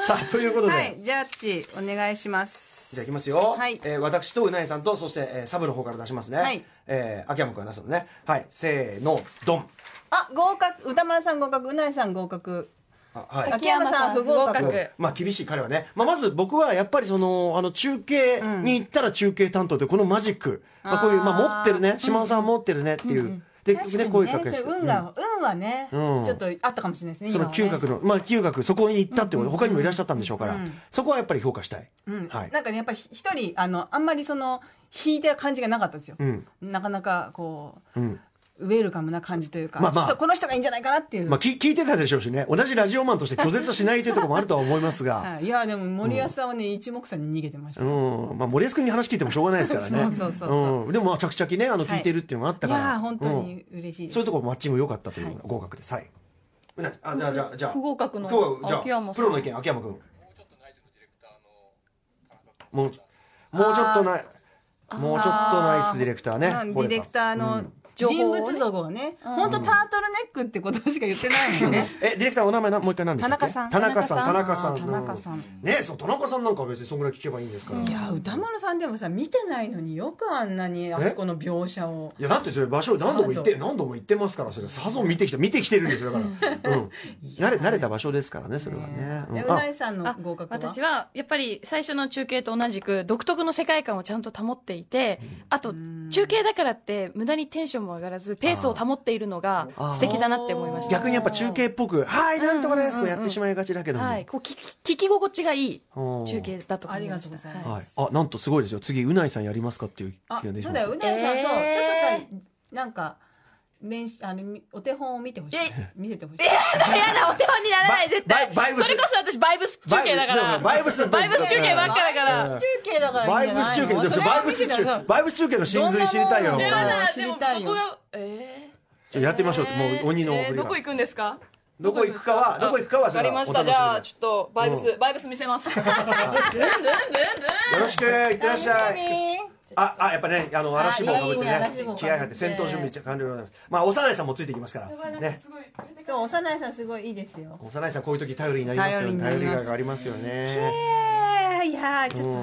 さあということで、
はい、ジャッジ、お願いします。
じゃあいきますよ、
はい
えー私とうなえさんとそして、えーサブの方から出しますね、
はい
えー秋山君はなすのねはいせーのドン
あ、合格、歌丸さん合格、うなえさん合格。
あはい
秋山さん不合
不合
格
格。
まあ厳しい彼はね、まあ、まず僕はやっぱりそのあの中継に行ったら中継担当でこのマジック、まあ、こういう、まあ、持ってるね島尾さんは持ってるねっていう、で
確かにね、
ね声かけして
そう運が、運はね、
うん
ちょっとあったかもしれないですね。
その
今はね
嗅覚の、まあ嗅覚、そこに行ったってこと、他にもいらっしゃったんでしょうから、そこはやっぱり評価したい。
うん
はい。
なんかねやっぱり一人あのあんまりその引いてる感じがなかったんですよ、
うん
なかなかこう、
ん
ウェルカムな感じというか、
まあまあ
ちょっとこの人がいいんじゃないかなっていう、
まあ聞聞いてたでしょうしね、同じラジオマンとして拒絶はしないというところもあるとは思いますが、
はい、いやでも森保さんはね、一目散に逃げてました、
うん、まあ森保君に話聞いてもしょうがないですからね。
そうそうそうそ
うんでもまあ着々ね、あの聞いてるっていうのがあった
い
から。
やー本当
うん
に嬉しいです、
そういうところマッチング良かったという
はい
合格です。はい。うなぎさんあじゃあじゃあじゃあ
不合格の
そうじゃ
秋山
あ
さ
プ
ん
ロの意見秋山君もうもうちょっとナイもうちょっとナイツディレクターね
うんディレクター
う
の
ん
人物像をね、本当タートルネックってことしか言ってないもんね。
えディレクターお名前なもう一回何でしたっけ
田中さん
田中さん田中さん
あー田中さん
うんねそう田中さんなんかは別にそんぐらい聞けばいいんですから
いや、歌丸さんでもさ、見てないのによくあんなにあそこの描写を。
いやだってそれ場所何度も行って何度も行ってますからそれさぞ見てきた見てきてるんですよだから、うん、慣れ慣れた場所ですからねそれはね、うん
でう
あ
ないさんの
あ
合格は
私はやっぱり最初の中継と同じく独特の世界観をちゃんと保っていて、あと中継だからって無駄にテンションも上がらずペースを保っているのが
あー
素敵だなって思いました
逆にやっぱ中継っぽく「はいなんとかです」こ
うんうんうんうん
うやってしまいがちだけども、
はい、こう聞き聞き心地がいい
おー
中継だと
あ
感
り
じ
が
ま
と
した
うござい
は
ま
い
す。、
あなんとすごいですよ次うないさんやりますかっていう気
あ、
が出てき
そう
ま
だよ、う
し
なえさ
え
ん、
ー
そう、ちょっとさ、なんか、練習、あの、みお手本を見てほしい。見せてほしい。
やだ、お手本にならない、絶対。
バイバイブス
それこそ私、バイブス中継だから。
バイブス
バイブス中継ばっかだから。
うん
中継だから
バ
いい
イ
ん
ブス
じゃ
中
ない
継
の
で
そ
も
れは
バイブス
見てた
中
ら
バイブス中継の真髄知りたいよ
どんなもん
や
な
だ、
知
でも
り
そ
たいよ
こが、え
ちょやってみましょう
ー
もう鬼の
えー
送りが
どこ行くんですか
どこ行くかはどこ行くかは
わ
そ
か
れ
り
は
ま
お
した。
楽し
じゃあ、
み
ちょっと、バイブ
う
ス、バイブス見せます。ブンブンブン
でよろしくいってらっしゃいああやっぱねあの嵐もかぶって
あいいね嵐
ね
帽
気合入って戦闘準備完了でございますまあ幼いさんもついていきますからね
そう、幼いさんすごいいいですよ。
幼いさんこういう時頼りになりますよ
頼り
ね
にな
頼
り
り
ます
がありますよね
えー、いやー、ちょっと。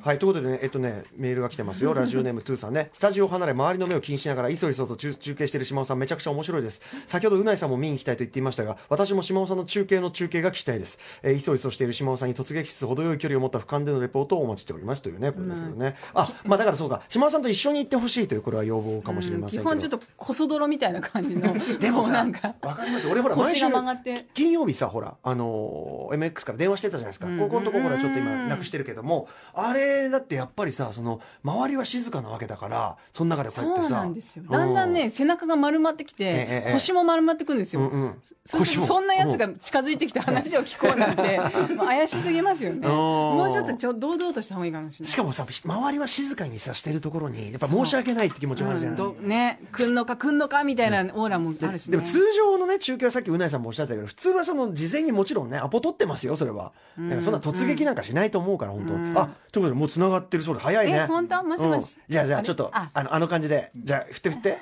はいということでね、えっとね、メールが来てますよ、ラジオネームトゥーさんね、スタジオを離れ、周りの目を気にしながら、いそいそと中中継している島尾さん、めちゃくちゃ面白いです、先ほどうないさんも見に行きたいと言っていましたが、私も島尾さんの中継の中継が聞きたいです、えー、いそいそしている島尾さんに突撃しつつ、程よい距離を持った俯瞰でのレポートをお待ちしておりますというね、これですけどね、あまあだからそうか、島尾さんと一緒に行ってほしいという、これは要望かもしれません
基
けど、
本ちょっとこそ泥みたいな感じの
でも
こう
さ、
なんか
わかります俺ほら、毎
腰
週
が曲がって
金曜日さほらあのー MX から電話してたじゃないですか、ここのとこほらちょっと今なくしてるけども、あれだってやっぱりさその周りは静かなわけだからその中でこうやって
そ
さ
うなんですよだんだん
う
ね背中が丸まってきて、
ええ
腰も丸まってくるんですよ、
うんうん
そして
腰も
そんなやつが近づいてきて話を聞こうなんて もう怪しすぎますよね
うん
もうちょっとちょ堂々とした方がいいかもしれない
しかもさ周りは静かにさしてるところにやっぱ申し訳ないって気持ちもあるじゃ
う
なんい、
どねくんのかくんのかみたいなオーラもあるし、
で
ね、
も通常のね中継はさっきうないさんもおっしゃったけど普通はその事前にもちろんねアポ取ってますよそれは、だからそんな突撃なんかしないと思うから、本当あということでもう繋がってるそうで早いね
え本当もしもし
うんじゃあじゃあ
あれ
ちょっとあ
あ
のあの感じでじゃあ振って振 って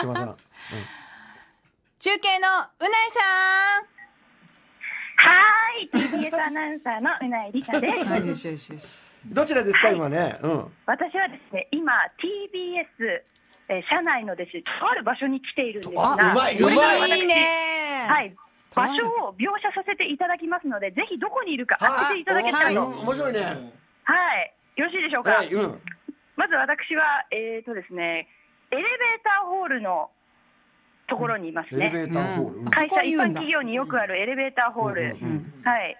島さん
中継のうない
はーい、TBS アナウンサーのうないりさです。
さんはいよしよしよし
どちらですか、今ね。うん。
私はですね、今 TBS、えー社内のですね、とある場所に来ているんですが、
あうまいうま
私
いいね
はい、場所を描写させていただきますので、ぜひどこにいるか当てていただけたら
はい
と。
面白いね。
はい、よろしいでしょうか。
はい、うん。
まず私はえーとですね、エレベーターホールのところにいます
エレベー
ね。
ターホール。うん
会
そこ
社一
言うん
般
だ
企業によくあるエレベーターホール。
うんうんうん
はい。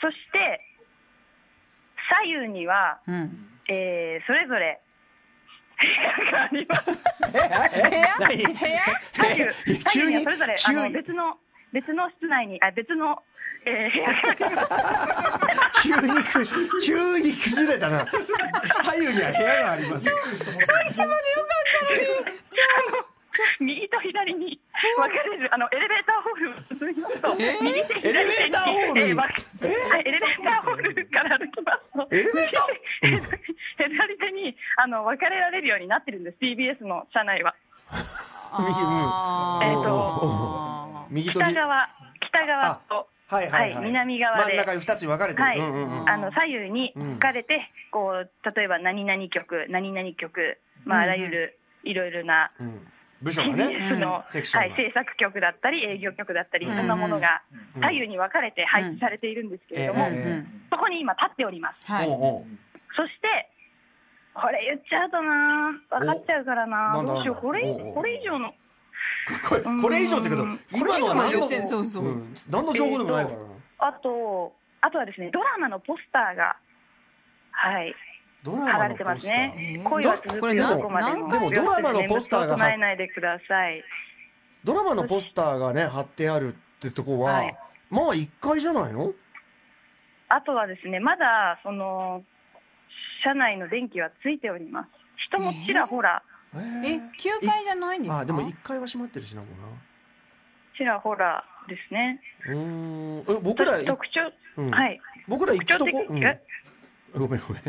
そして左右には。
うん、
えーそれぞれ 部屋があります。
何
左右左
急
右に
に
はそれぞれあ
急
の
に
別の別の室内にあ別の、えー部屋があ ります。
急にく急に崩れたな。左右には部屋があります。
右と左に分かれるあのエレベーターホールを進みますと、右手
エレベーターホールに
えーわはいエレベーターホールから歩きますと。
エレベーター
左手にあの分かれられるようになってるんです TBS の社内は
あ
えーと
あ
右と
北
左。
側北側と
はいはいは。
はいい南側で
真ん中に二つに分かれて
はい
る。うんうんうん。
あの左右に分かれて、こう例えば何々曲、何々曲、まあ、あらゆるいろいろな
うん部署が
TBS の、
ね
は、い、
セクションが。
制作曲だったり、営業曲だったり、
ん
そんなものが左右に分かれて配置されているんですけれども、
うんえええ
そこに今、立っております。
お
はいう
おう
そしてこれ言っちゃうとな分かっちゃうから
お
などうしようこれ
なんだなんだ
これ以上の
これこれ以上ってけど今のは
今
何
言
の
ってるそうそう、
うん何の情報でもないからな。
あとあとはですねドラマのポスターがはい
ドラ
書
マ
か
の
れて
ポ
ます
スター。
ね
え。ー
恋は続
これ
く
な
よ、どこまでも。
何
回でもドラマのポスターが
眠らないでください。
ドラマのポスターがね貼ってあるってとこは、
はい
まあ1階じゃないの
あとはですね、まだ、その、車内の電気はついております。人もちらほら、
え
え
9階じゃないんですか
あでも1階は閉まってるしなもう
ちらほら、ですね。
うーんえ僕らい、
特徴、
うん
はい。
僕ら行くとこ、
特徴
う
的
ん、
え
ごめんごめん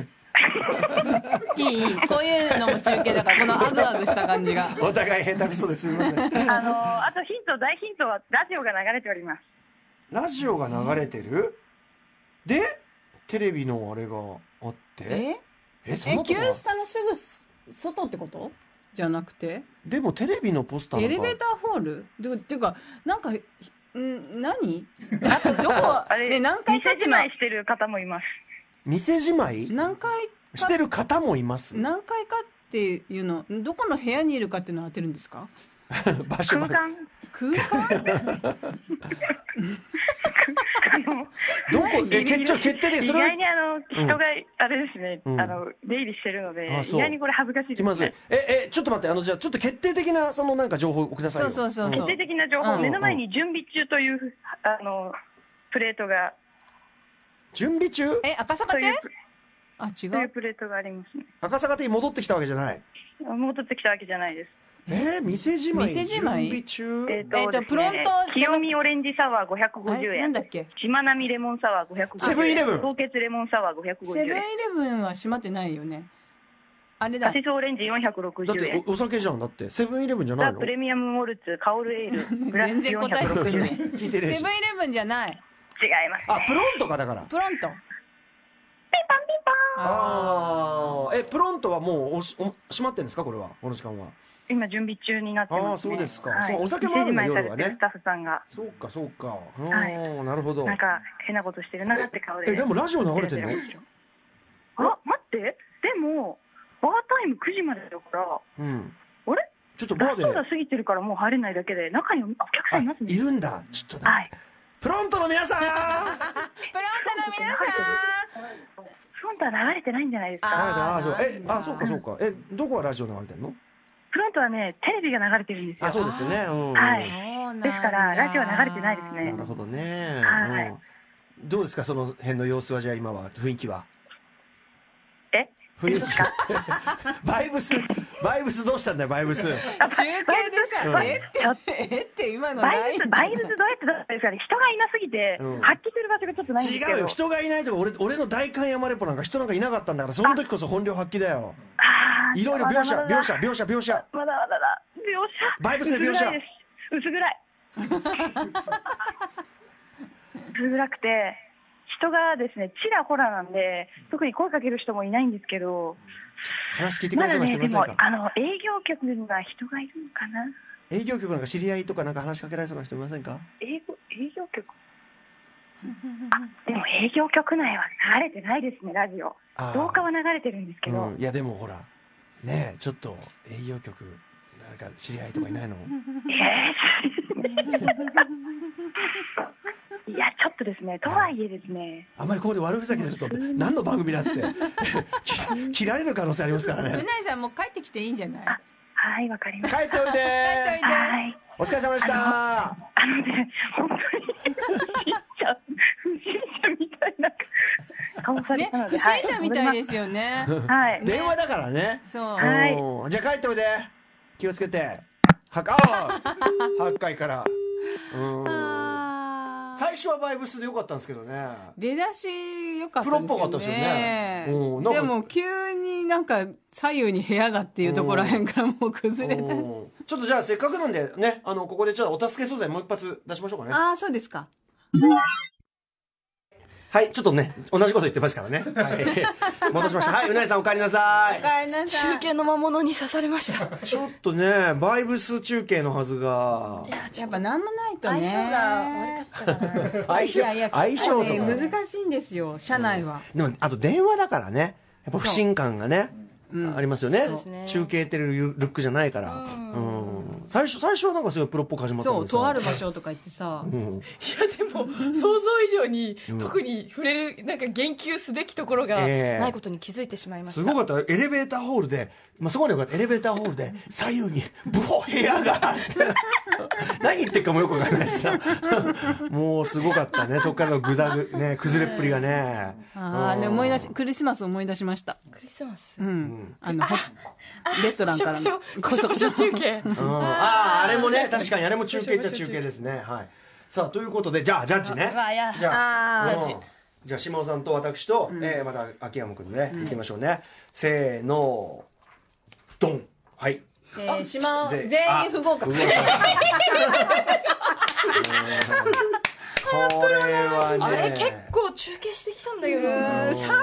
いいいいこういうのも中継だからこの アグアグした感じが
お互い下手くそですみません
あのあとヒント、大ヒントはラジオが流れており ます。
ラジオが流れてるでテレビのあれがあって
え
えそん
え
なこと
キュ
が
ースタのすぐ外ってことじゃなくて
でもテレビのポスター
エ
なん
レ
か
ベーターホールっていうていうかなんかん何 あとどこ
あれ、
ね何回か
店じまいしてる方もいます。
店じまい
何回
してる方もいます
何回かっていうのどこの部屋にいるかっていうのは当てるんですか
場所
空
まで
間、
空間
あの、
どこえ決定決定で
意
それは
外にあの、人が、あれですね、
うん
あの、出入りしてるので、
あ
意
そう
外にこれ恥ずかしい
気
で
ますずい
ね。
ええちょっと待ってあのじゃあちょっと決定的なそのなんか情報をくださいよ
そうそうそうそ
決定的な情
う
報、
ん
目の前に準備中という、あの、プレートが、
準備中
え赤坂
とい
店
う、
あ違
という
う
プレートがありますね。
赤坂店に戻ってきたわけじゃない
戻ってきたわけじゃないです。
えー、店じまい
店じま
準備
い
中
えっ、と
えーと
ですね
プロントじゃなく
清見オレンジサワー
あ
550
れなん
円
だ。っけ
しまなみレモンサワー550円。
セブンイレブン
凍結レモンサワー550
セブンイレ
円。
ブンは閉まってないよねあれだ
アシスオレンジ
だっ
460
て
円。
おお酒じゃんだってセブンイレブンじゃない
ザ・
の
プレミアムモルツ、カオルエール、グラス
全然答えてく
460
れ
円。
な
違い
い
聞いてねえ
セ
し
ブンイレブンじゃない
ます
あ
ね。
プロントかだから
プロント
ああーえプロントはもうおしお閉まってんですかこれはこの時間は
今準備中になってます、ね。
あーそうですか
はい、
そうお酒もあるんだ
店じまいされ
夜
て
は
る
ね
スタッフさんが、
そうかそうかあ
はい
ーなるほど
なんか変なことしてるなって顔で。
えでもラジオ流れてんの
あ、待って。でも、バータイム9時までだから、
うん
あれ
ちょっと
ラ
バ
ス
ーで
トが過ぎてるからもう入れないだけで、中にお客さ
あ
んいますね。
いるんだちょっとね
はい。
プロントの皆さん
プロントの皆さん
フロントは流れてないんじゃないですか。
あー
あー
そうえ
なんだ
あそうかそうかえどこはラジオ流れてんの
フロントはね、テレビが流れてるんですよ。
あそうですよねうん
はい
そうなんだ
ですからラジオは流れてないですね
なるほどね、
はい
うん、どうですかその辺の様子はじゃあ今は雰囲気は
え
雰囲気バイブスバイブスどうしたんだよバイブス
中継で
うん
さ、えって、えって今の
バ
な
イ
い
ブス、バイブスどうやってだったんですかね。人がいなすぎて、
うん
発揮する場所がちょっとないんですけど。
違うよ人がいないとか俺俺の大観山レポなんか人なんかいなかったんだからその時こそ本領発揮だよ
あー
いろいろ描写
まだまだ
描
だ
写描写描写
まだまだだ。描写。
バイブスで描写
薄 暗いです。薄暗い。薄暗くて、人がですね、ちらほらなんで、特に声かける人もいないんですけど、
話聞いてく
ま
ださ
だ
いまし
ね、
てく
で
ださ
も
い、か
あの、営業局には人がいるのかな
営業局なんか知り合いとかなんか話しかけられそうな人いませんか
営業、営業 局あでも営業局内は流れてないですね、ラジオ。
あー
動画は流れてるんですけど、
うん、いやでもほらねえちょっと営業局なんか知り合いとかいないの
いや、ちょっとですね、とはいえですね、
あんまりここで悪ふざけすると何の番組だってき切られる可能性ありますから
う
ね
ないさんもう帰ってきていいんじゃない
はい、わかりまし
帰
た。
っておいで
帰っておいで
はい。
お疲れ様でした
あのね、本当に不審者、不審者みたいな顔され
ね
たの、で、
不審者みたい
で
ですよね。
す。はい。
電話だからね
そう。
はい
うんじゃあ帰っておいで気をつけてはか8階からうん
あー
最初はバイブスでよかったんですけどね
出だし良かった
プロっぽかったですよねうんなんか
でも急になんか左右に部屋がっていうところらへんからもう崩れた。
うんちょっとじゃあせっかくなんでねあのここでちょっとお助け素材もう一発出しましょうかね
ああ、そうですか。
はい、ちょっとね、同じこと言ってますからね。はい。 戻しました。はい、うなえさんお帰りなさ
お
い。
かえりなさ
中
い。
継の魔物に刺されました。
ちょっとね、バイブス中継のはずが。
やっぱなんもないとね。
相性が悪かったかな。
相性
いやいや、
相性とか
ね難しいんですよ、社内は。
でも、あと電話だからね、やっぱ不信感がね、ありますよね
そうです。ね
中継ってるルックじゃないから。うん。最初、最初はなんかすごいプロっぽく始まった
そ
の
う、
にさ
とある場所とか行ってさ。
うん。
いやでも 想像以上に特に触れるなんか言及すべきところが
ええ
ないことに気づいてしまいました、
すごかった。エレベーターホールで、まあ、そこまでよかった。エレベーターホールで、左右に、ブホ部屋があって、 何言ってるかもよくわかんないしさ。 もうすごかったね。そこからのぐだぐ、ね、崩れっぷりがね。
あ
う
あ、
ん
で思い出し、クリスマス思い出しました。
クリスマス
うん。あの、ほレスト
こ
ラン
しょ
から
こ
の
しょこしょこしょ中継
うんああ、あれもね、確かにあれも中継っちゃ中継ですね。はい。さあということでじゃあジャッジね
うわいや
じゃあ
あー
うん
ジャッ
じゃあ島尾さんと私と、えーまた秋山君ね、行きましょうねせーのドンはい
えー島尾
ぜ
全員不合格
あ不合 格これはね
あれ結構中継してきたんだけど
最初良か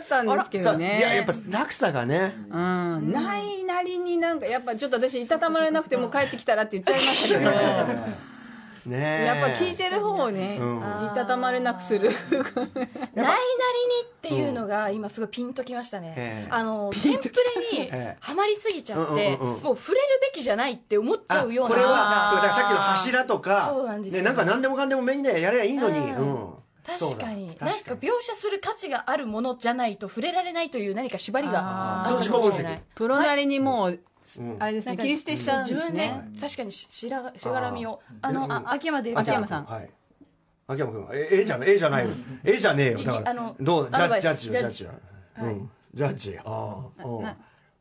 ったんですけ
さ
ど
あい
ね
ややっぱ落差がね、
うん、ないなりになんかやっぱちょっと私いたたまれなくてもう帰ってきたらって言っちゃいました けどや
ねえ
っぱ聞いてる方をね、
うん
いたたまれなくする
ないなりにっていうのが今すごいピンときましたね、
ええ
あのテンプレに
ええ
はまりすぎちゃって、
うんうんうん
もう触れるべきじゃないって思っちゃうよう
あ
な
これは
あー
そうだからさっきの柱とか
そうなんです
ね
よ
なんか何でもかんでもメインでやればいいのに、う
うんん確かに
そうだ
なんか描写する価値があるものじゃないと触れられないという何か縛りが
あ
あ
ー
るかもしれない
プロなりにもう
うん
あれですね
なんか
切り捨てしちゃうん
自
です
分
ね
で確かにししらしがらみを
あー
あの、
うん
あ秋山で
秋山さん
はい秋山君ええじゃねえじゃないよえじゃねえよだか
いいあ
ら
の
どうジ
アド
ャ
バ
ッ
イ
ジ
ス
ジャッジよジ
ジ
ャ
ャ
ッジよ
ッジ
うんジャッジああうん
な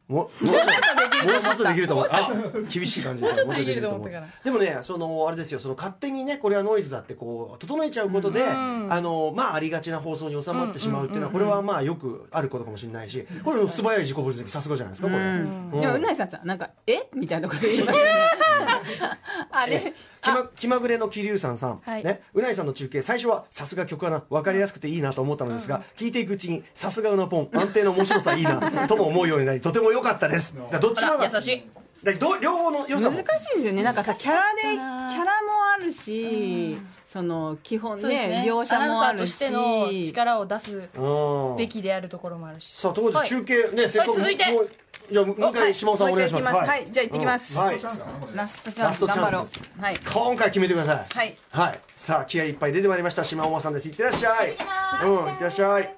も うもうもうちょっとできると思ったあ 厳しい感じもうちょっとできると思ったからでもねそのあれですよその勝手にねこれはノイズだってこう整えちゃうことで、あのまあありがちな放送に収まってしまうっていうのは、これはまあよくあることかもしれないしこれ素早い自己分析さすがじゃないですかこれ、
うん
うん
でもうないさんさなんか「えみたいなこと言いますね あれ
気ま気まぐれの桐生さんさん、
はい
ね、うないさんの中継最初はさすが曲アナ分かりやすくていいなと思ったのですが、聞いていくうちにさすがうなぽん安定の面白さいいな とも思うようになりとても良かったですだからどっちもが
優しい
だからど両方の良さ
難し
も
いですよねなんかさキャラでキャ
な
ラもあるしその基本
そうです
ね
ね
描写
アナウン
も
サ
あ
ーと
る
し
して
の力を出す
うん
べきであるところもあるし
さあところで中継、ねせっかく、
続いて
もうじゃあもう一
は
回
い
島尾さんお願いします
もう一回行きますはいじゃあ行ってきます
うんはい
ラストチャ
ラ
ン
ス
ス
トチ
頑
ャン
張
ス
ろうはい
今回決めてください
はい、
はい、さあ気合いっぱい出てまいりました島尾さんですいってらっしゃいうんいってらっしゃい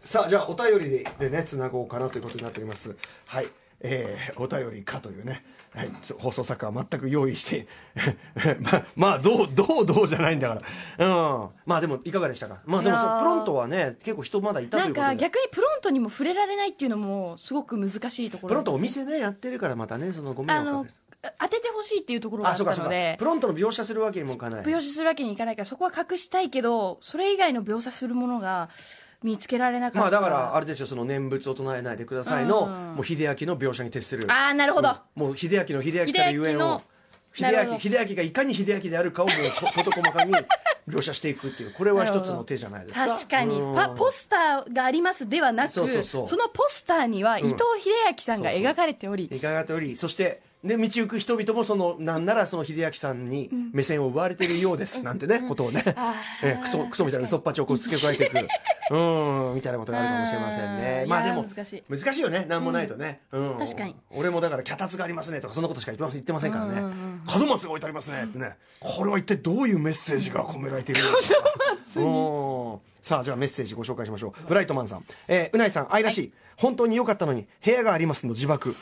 さあじゃあお便りでねつなごうかなということになっておりますはいえー、お便りかというね、はい、つ放送作家は全く用意して まあまあどうどうどうじゃないんだからうんまあでもいかがでしたかまあでもそ
いや
の
ー
プロントはね結構人まだいたと
ないん
うこと
か
で
逆にプロントにも触れられないっていうのもすごく難しいところ
プロントお
です
店ねやってるからまたねそのご迷
あ
惑を
の当ててほしいっていうところがあ
あ
っ
そ
た
うかそう
の
か
で
プロントの描写するわけにもいかない
描写するわけにいかないからそこは隠したいけどそれ以外の描写するものが見つけられなかっ
まあ
た
だからあれですよその念仏を唱えないでくださいの、もう秀明の描写に徹する
あーなるほど、
もう秀明の秀明たるゆえんを秀
秀明のなる
明
ほど
秀明がいかに秀明であるかをもうこ事細かに描写していくっていうこれは一つの手じゃないですか
確かに
うん
パポスターがありますではなく
そうそうそう
のポスターには伊藤英明さんが
そうそう
描かれており、
いかがとおりそしてね道行く人々もそのなんならその秀明さんに目線を奪われているようですなんてねことをねえークソクソみたいな嘘っぱちをこう付け加えていくうんみたいなことがあるかもしれませんね
うん
まあ
い
で
やー
も
難しい
難しいよね何もないとね、うん
確かに
俺もだから脚立がありますねとかそんなことしか言ってません言ってませんからね、門松が置いてありますねってねこれは一体どういうメッセージが込められているのでしょうかうんさあじゃあメッセージご紹介しましょうブライトマンさん、えーうないさん愛らしい、本当に良かったのに部屋がありますの自爆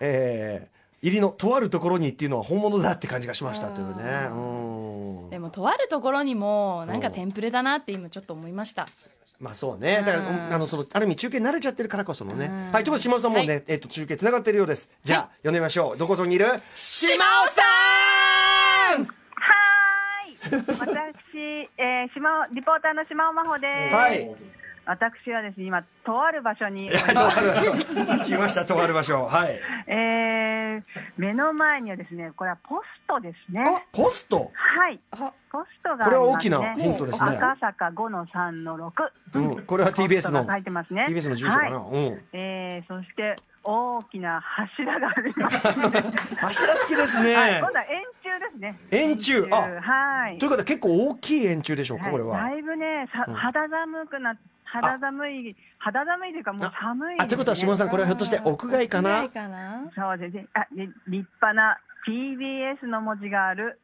えー入りのとあるところにっていうのは本物だって感じがしましたというねうん
でもとあるところにもなんかテンプレだなって今ちょっと思いました
まあそうね。だから、あの、その、ある意味中継慣れちゃってるからこそのね。はい、ということで、島尾さんもうね、
は
えっと、中継繋がってるようです。じゃあ、読んでみましょう。どこぞにいる
島尾さん
私、えー、島尾リポーターの島尾真帆です。
はい。
私はですね、今、とある場所に、
とある場所。来ました、とある場所。はい。
えー、目の前にはですね、これはポストですね。
ポスト
はい。ポストがあります、ね。
これは大きなヒントですね
赤坂5の3の6。
うん。これは TBS
ポスト
の、
が書いてますね。
TBS の住所かな。
はい
うん。
えー、そして、大きな柱があります、ね。
柱好きです
はい、
ね
今。度は円柱ですね。
円柱。あ、
はい。
ということで結構大きい円柱でしょうか、これは。
はいだいぶね、さ肌寒くな、肌寒い、肌寒いというか、もう寒い、
あ、ということは島尾さん、これはひょっとして屋外かな
かな
そうですね、あり立派な TBS の文字がある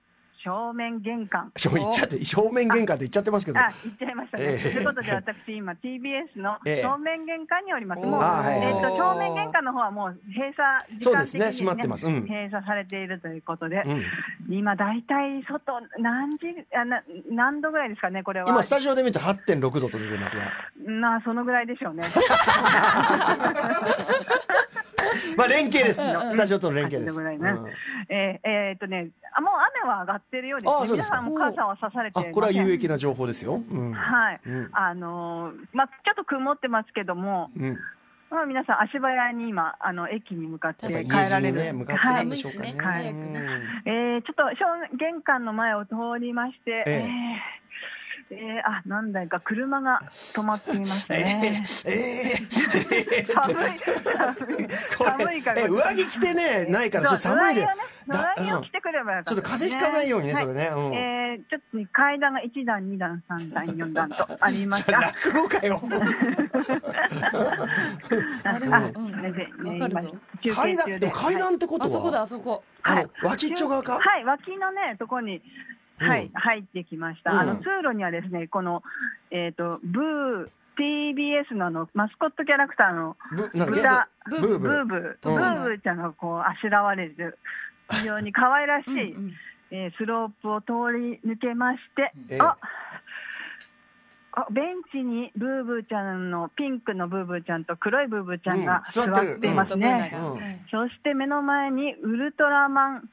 正面玄関。
正言っちゃって、正面玄関って言っちゃってますけど。
あ、 言っちゃいましたね。
ええ
ということで、私、今、TBS の
ええ
正面玄関におります。
おー
もう、
あはい
えっと、正面玄関の方はもう閉鎖、時
そう
間
で
的
す
に、
ね閉まってますうん
閉鎖されているということで、
うん
今、大体、外、何時あな、何度ぐらいですかね、これは。
今、スタジオで見ると8.6度と出てますが。
まあ、そのぐらいでしょうね。
まあ連携です。スタジオとの連携です。
ありがとうございます
うん
えーえーっとね、あもう雨は上がってるようです、
あ
ね、
そうで
皆
すか
さんも傘は差されて
あ
いません
これは有益な情報ですよ。うん
はい、
うん
あのーまあ、ちょっと曇ってますけども、
うん
まあ、皆さん、足早に今、あの駅に向かって
やっぱ家
帰
路
られ
に
る、
ね向かって
は
るん
い
でしょうかね。
はい
うん
えーちょっと正玄関の前を通りまして、
え
えーえーあ何台か車が止まっていますね。
ええ
寒い寒い
これ
寒いから
え上着着てねないからちょっと寒いで
そう上
だ
着をね上着を着てくればよかっ
ちょ
た、
っと風邪ひかないようにね
は
それねうん
えーちょっとね階段が1段2段3段4段とあ りました
落語かよ
あ、で
あ、
も、うん。
それで、ね、
わか
今
るぞ
中
階段
継中
で
で
も階段ってこと
あそこだ、
は
あそこ。
あ
はい
の脇っちょ側か
はい、脇のね、とこに、は
う
い、
ん
入ってきました。
うん
あの、通路にはですね、この、えっ、と、ブー、TBS のあの、マスコットキャラクターの、
ぶなんだっけ
ブダ、
ブ
ブ
ーブ
ーブ
ー
ー、ブーブー
うん
ちゃんがこう、あしらわれてる、非常に可愛らしい、えースロープを通り抜けまして、
ええ
ああベンチにブーブーちゃんのピンクのブーブーちゃんと黒いブーブーちゃんが
うん座
座
ってる
っていますね。
う
うんん
そして目の前にウルトラマン、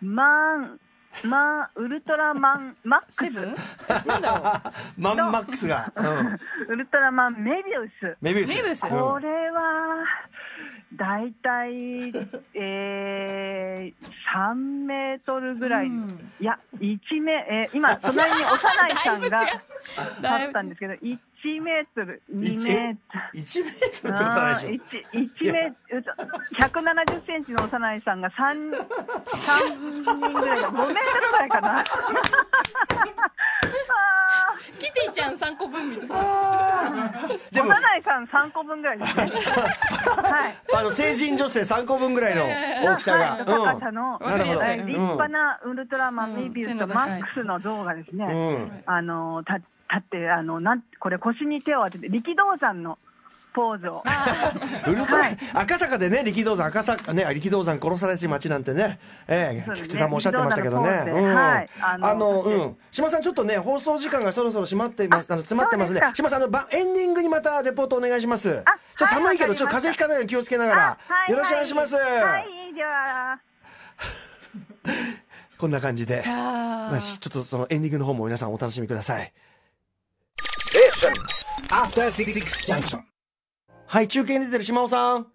マン、マン、ウルトラマン、マックス、
セブンなん だろう。
マンマックスがうん
ウルトラマン、メビウス。
メビウス
メビウス
うん
これは、だいたい、えー、3メートルぐらい、
うん
いや、1メ、えー今、隣に幼いさんが
だいぶ違
立
う
ったんですけど、1メートル、
一
2メートル。
一メートル ってことは
あ
ないでし
ー一一メ170センチの幼いさんが3、三人ぐらい、5メートルぐらいかな。
キティちゃん3個分みたいな。
ょでも
幼いさん3個分ぐらいですね。はい。
あの成人女性3個分ぐらいの大きさが
はい高さの、
なるほど
えー立派なウルトラマン、メビウスと
うん
マックスの像がですね、
うんうん
あのーた立ってあのなんこれ腰に手を当てて力道山のポーズを。
ウルトラ赤坂でね力道山赤坂ね力道山殺されし町なんてねええ
そうです
菊
ね
池さんもおっしゃってましたけどね
力道
うん
山の方ではい
あ
あ
の
の
うん島さんちょっとね放送時間がそろそろ閉まっていますあの詰まってますね
そうですか
島さんあのばエンディングにまたレポートお願いしますちょっと寒いけど
はい
ちょっと風邪ひかないように気をつけながらよろしくお願いします
はい、では。
こんな感じで
あ
まあちょっとそのエンディングの方も皆さんお楽しみください
After Six Junction.
はい中継に出てる島尾さん
あ、も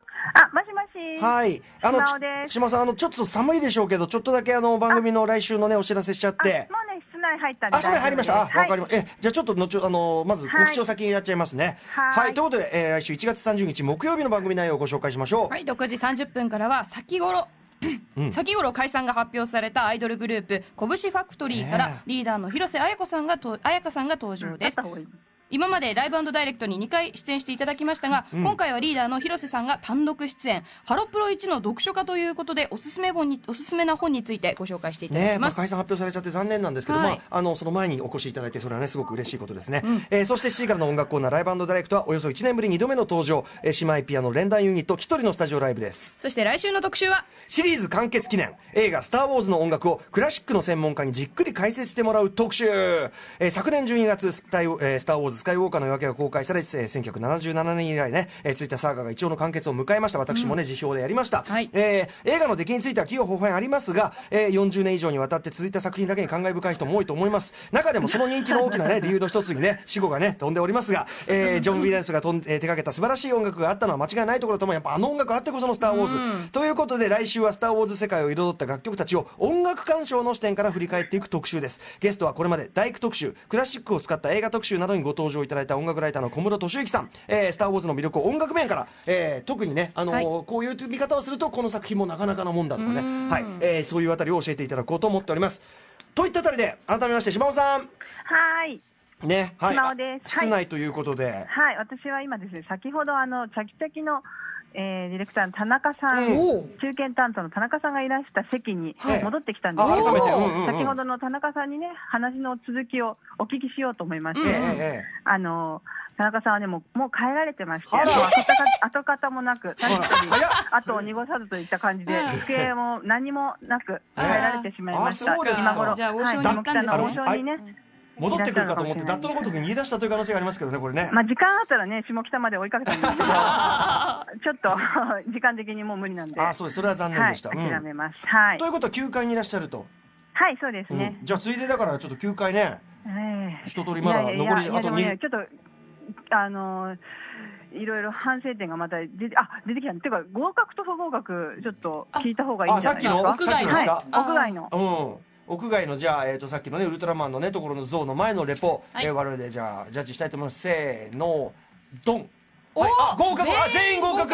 しもし。
はい。あの、
島尾です
ち島尾さん、あの、ちょっと寒いでしょうけど、ちょっとだけあの、番組の来週のね、お知らせしちゃっ
あもう
て
ね。、室内入ったんで
あ、それ入りました。あ、わ、
大丈夫ですはい
かりました。え、じゃあちょっと後、あの、まず告知を先にやっちゃいますね。
はい
ということで、えー来週1月30日木曜日の番組内容をご紹介しましょう。
はい、6時30分からは先頃、 先頃解散が発表されたアイドルグループ、拳ファクトリーか
ね
らリーダーの広瀬彩子さんがと、彩香さんが登場です。今までライブダイレクトに2回出演していただきましたが、今回はリーダーの広瀬さんが単独出演、ハロプロ1の読書家ということで、おすすめ本に、おすすめな本についてご紹介していただ
ね
き
ま
ま
あ、
す。
解散発表されちゃって残念なんですけど、
はい
まあ、あの、その前にお越しいただいて、それはね、すごく嬉しいことですね。えーそして7時からの音楽コーナー、ライブダイレクトは、およそ1年ぶり2度目の登場、えー姉妹ピアノ連弾ユニット、キトリのスタジオライブです。
そして来週の特集は、
シリーズ完結記念映画「スター・ウォーズ」の音楽をクラシックの専門家にじっくり解説してもらう特集、えー昨年12月スタイ、えースター・ウォーズ・スカイ・ウォーカーの夜明け」が公開され、えー1977年以来ね、えー、ついたサーガが一応の完結を迎えました私もね、辞表でやりました、
はい
えー映画の出来については企業方法ありますが、えー40年以上にわたって続いた作品だけに感慨深い人も多いと思います中でもその人気の大きな、ね、理由の一つにね死後がね飛んでおりますが、えージョン・ウィリアムスがとん、えー手掛けた素晴らしい音楽があったのは間違いないところともやっぱあの音楽あってこその「スター・ウォーズ」ということで来週は「スター・ウォーズ」世界を彩った楽曲たちを音楽鑑賞の視点から振り返っていく特集ですゲストはこれまで大工特集クラシックを使った映画特集などにご登場いただいた音楽ライターの小室俊之さん「えースター・ウォーズ」の魅力を音楽面から、えー特にねあのー
はい
こういう見方をするとこの作品もなかなかなもんだとかね、はいえーそういうあたりを教えていただこうと思っておりますといったあたりで改めまして島尾さん
はい。
ねはい
島尾です
室内ということで、
はい、私は今ですね、先ほどあの、チャキチャキの、えーディレクターの田中さん、
うんお
中堅担当の田中さんがいらした席に
はい
戻ってきたんですけ
あ
ど、
改めてうんうんうん
先ほどの田中さんにね、話の続きをお聞きしようと思いまして、
えええ
あの、田中さんはね、もう、もう帰られてまして、
あら
もう跡形跡形もなく、確かに
早っ、
後を濁さずといった感じで、行方も何もなく帰られてしまいまし
あ
た。
そうですか
今頃、
じ
ゃあ王将に
はい
行ったんですね
下北の王将にね、
戻ってくるかと思って、ダットのごとく逃げ出したという可能性がありますけどね、これね。
まあ、時間あったらね、下北まで追いかけたん ですけど、ちょっと 時間的にもう無理なんで、
あ、そうです。それは残念でした。
はい、
うん
諦めます。はい
とい、うことは9階にいらっしゃると。
はい、そうですね
う。んじゃあ、ついでだから、ちょっと9階ね、
ええ
一通りまだ
いやいや
残り
いや
あと
でも
に
ね、ちょっとあのーいろいろ反省点がまた出てあ出てきたっていうか合格と不合格ちょっと聞いた方がいいん
あ、
じゃ
さ
な
っ
い
き
です
の、さっ
かは
き
屋
の
外
ですか
い、屋外の
うん。屋外の、じゃあ、えっと、さっきのね、ウルトラマンのね、ところの像の前のレポ、えー我々で、じゃあ、ジャッジしたいと思います。せーの、ドン。はいあ合格あ全員合格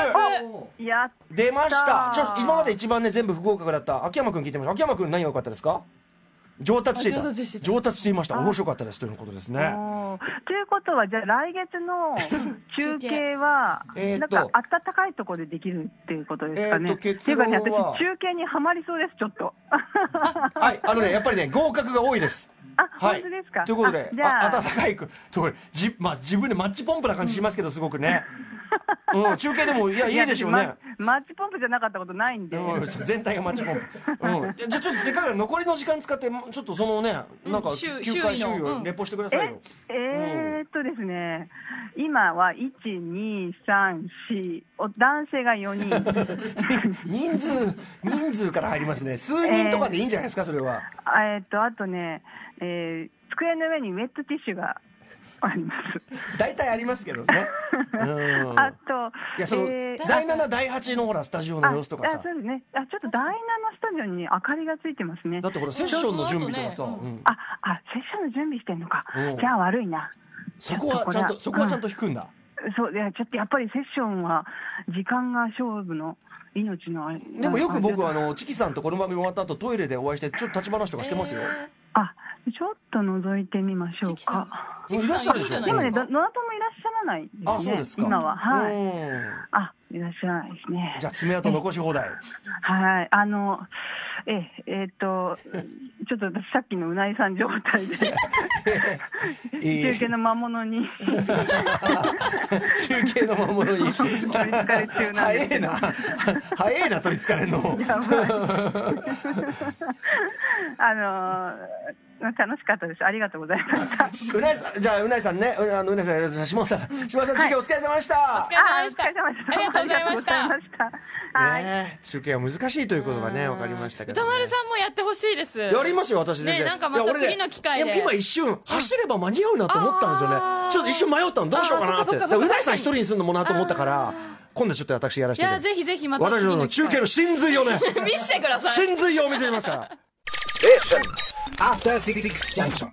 やっ
出ました
やったー
ちょっと今まで一番ね全部不合格だった秋山君聞いてみましょう秋山君何が良かったですか上達していた
あ上達していた
上達していました面白かったですということですね
もうということはじゃあ来月 の中継は
えー
な
っ
ん
と
か暖かいところでできるっていうことですかね、
えーっと結論は
っていうかね私中継にはまりそうですちょっと
はいあのねやっぱりね合格が多いです
あ、
はい
本当ですか
ということで
あじゃ
あ
あ
温かいくとこれじまあ自分でマッチポンプな感じしますけどすごく ねうん中継でもいやいいでしょう
や
ね
私ママッチポンプじゃなかったことないんで、
うん全体がマッチポンプ、うん、じゃあちょっとせっかくだから残りの時間使ってちょっとそのねなんか
周
9回
周囲の
周囲
う
を
ん
レポしてください
え
よ、
えー、っとですね、今は1、2、3、4、お男性が4人、
人数人数から入りますね数人とかでいいんじゃないですかそれは、
あえーっと、あとね、えー机の上にウェットティッシュがあります。
大体ありますけどね。うん。
あと、
いや、その、
えー
第7、第8のほら、スタジオ
あ
の様子とか
あ
さ
そ。うですね。あ、ちょっと第7スタジオに明かりがついてますね。
だってほら、セッションの準備とかさ、うん
あ、あ、セッションの準備してんのか
うん。
じゃあ悪いな。
そこはちゃんと、そこはちゃんと引くんだ。
そう、いや、ちょっとやっぱりセッションは、時間が勝負の命のあれ。
でもよく僕は、あの、チキさんとこの番組終わった後、トイレでお会いして、ちょっと立ち話とかしてますよ。
あ、ちょっと覗いてみましょうか。
いらっしゃるでしょ。
でもね、
うん
どどなたもいらっしゃらないですね。
あ、そうですか。
今は、はい。
うん
あ、いらっしゃらないですね。
じゃあ、爪痕残し放 題。
はい。あの、え、えーっと、ちょっと私さっきのうないさん状態で、
え
中継の魔物に、
ー 中継の魔物に。取り
憑かれ中なんで
早
すけ
えな。早えな、取り憑かれんの。
やばいあの、楽しかったです。ありがとうございました。
うないさん、じゃあ、うないさんね、うあのうないさん、うないさん島尾さん、島尾さん、中継お疲れ様でした。
あお疲れ様でし
あ
た。
りがとうございました
ありがとうございましたはい。
ねえ、中継は難しいということがね、わかりましたけど、ね。
歌丸さんもやってほしいです。
やりますよ、私全然。
ねなんかまた
いや俺ね
次の機会で
いや今一瞬、走れば間に合うなと思ったんですよね
あ。ー
ちょっと一瞬迷ったの、どうしようかな
あ
っ
ー
て。
そっ
だから
かそっかそっか
うなぎさん一
確かに
人にするのもなと思ったから、今度ちょっと私やらせ
い
ていただ
や、
き
ぜひぜひまた
私
次
の
機
中
会
継の真髄 をね、
見してください。
真髄を見せますから。
After Six Junction.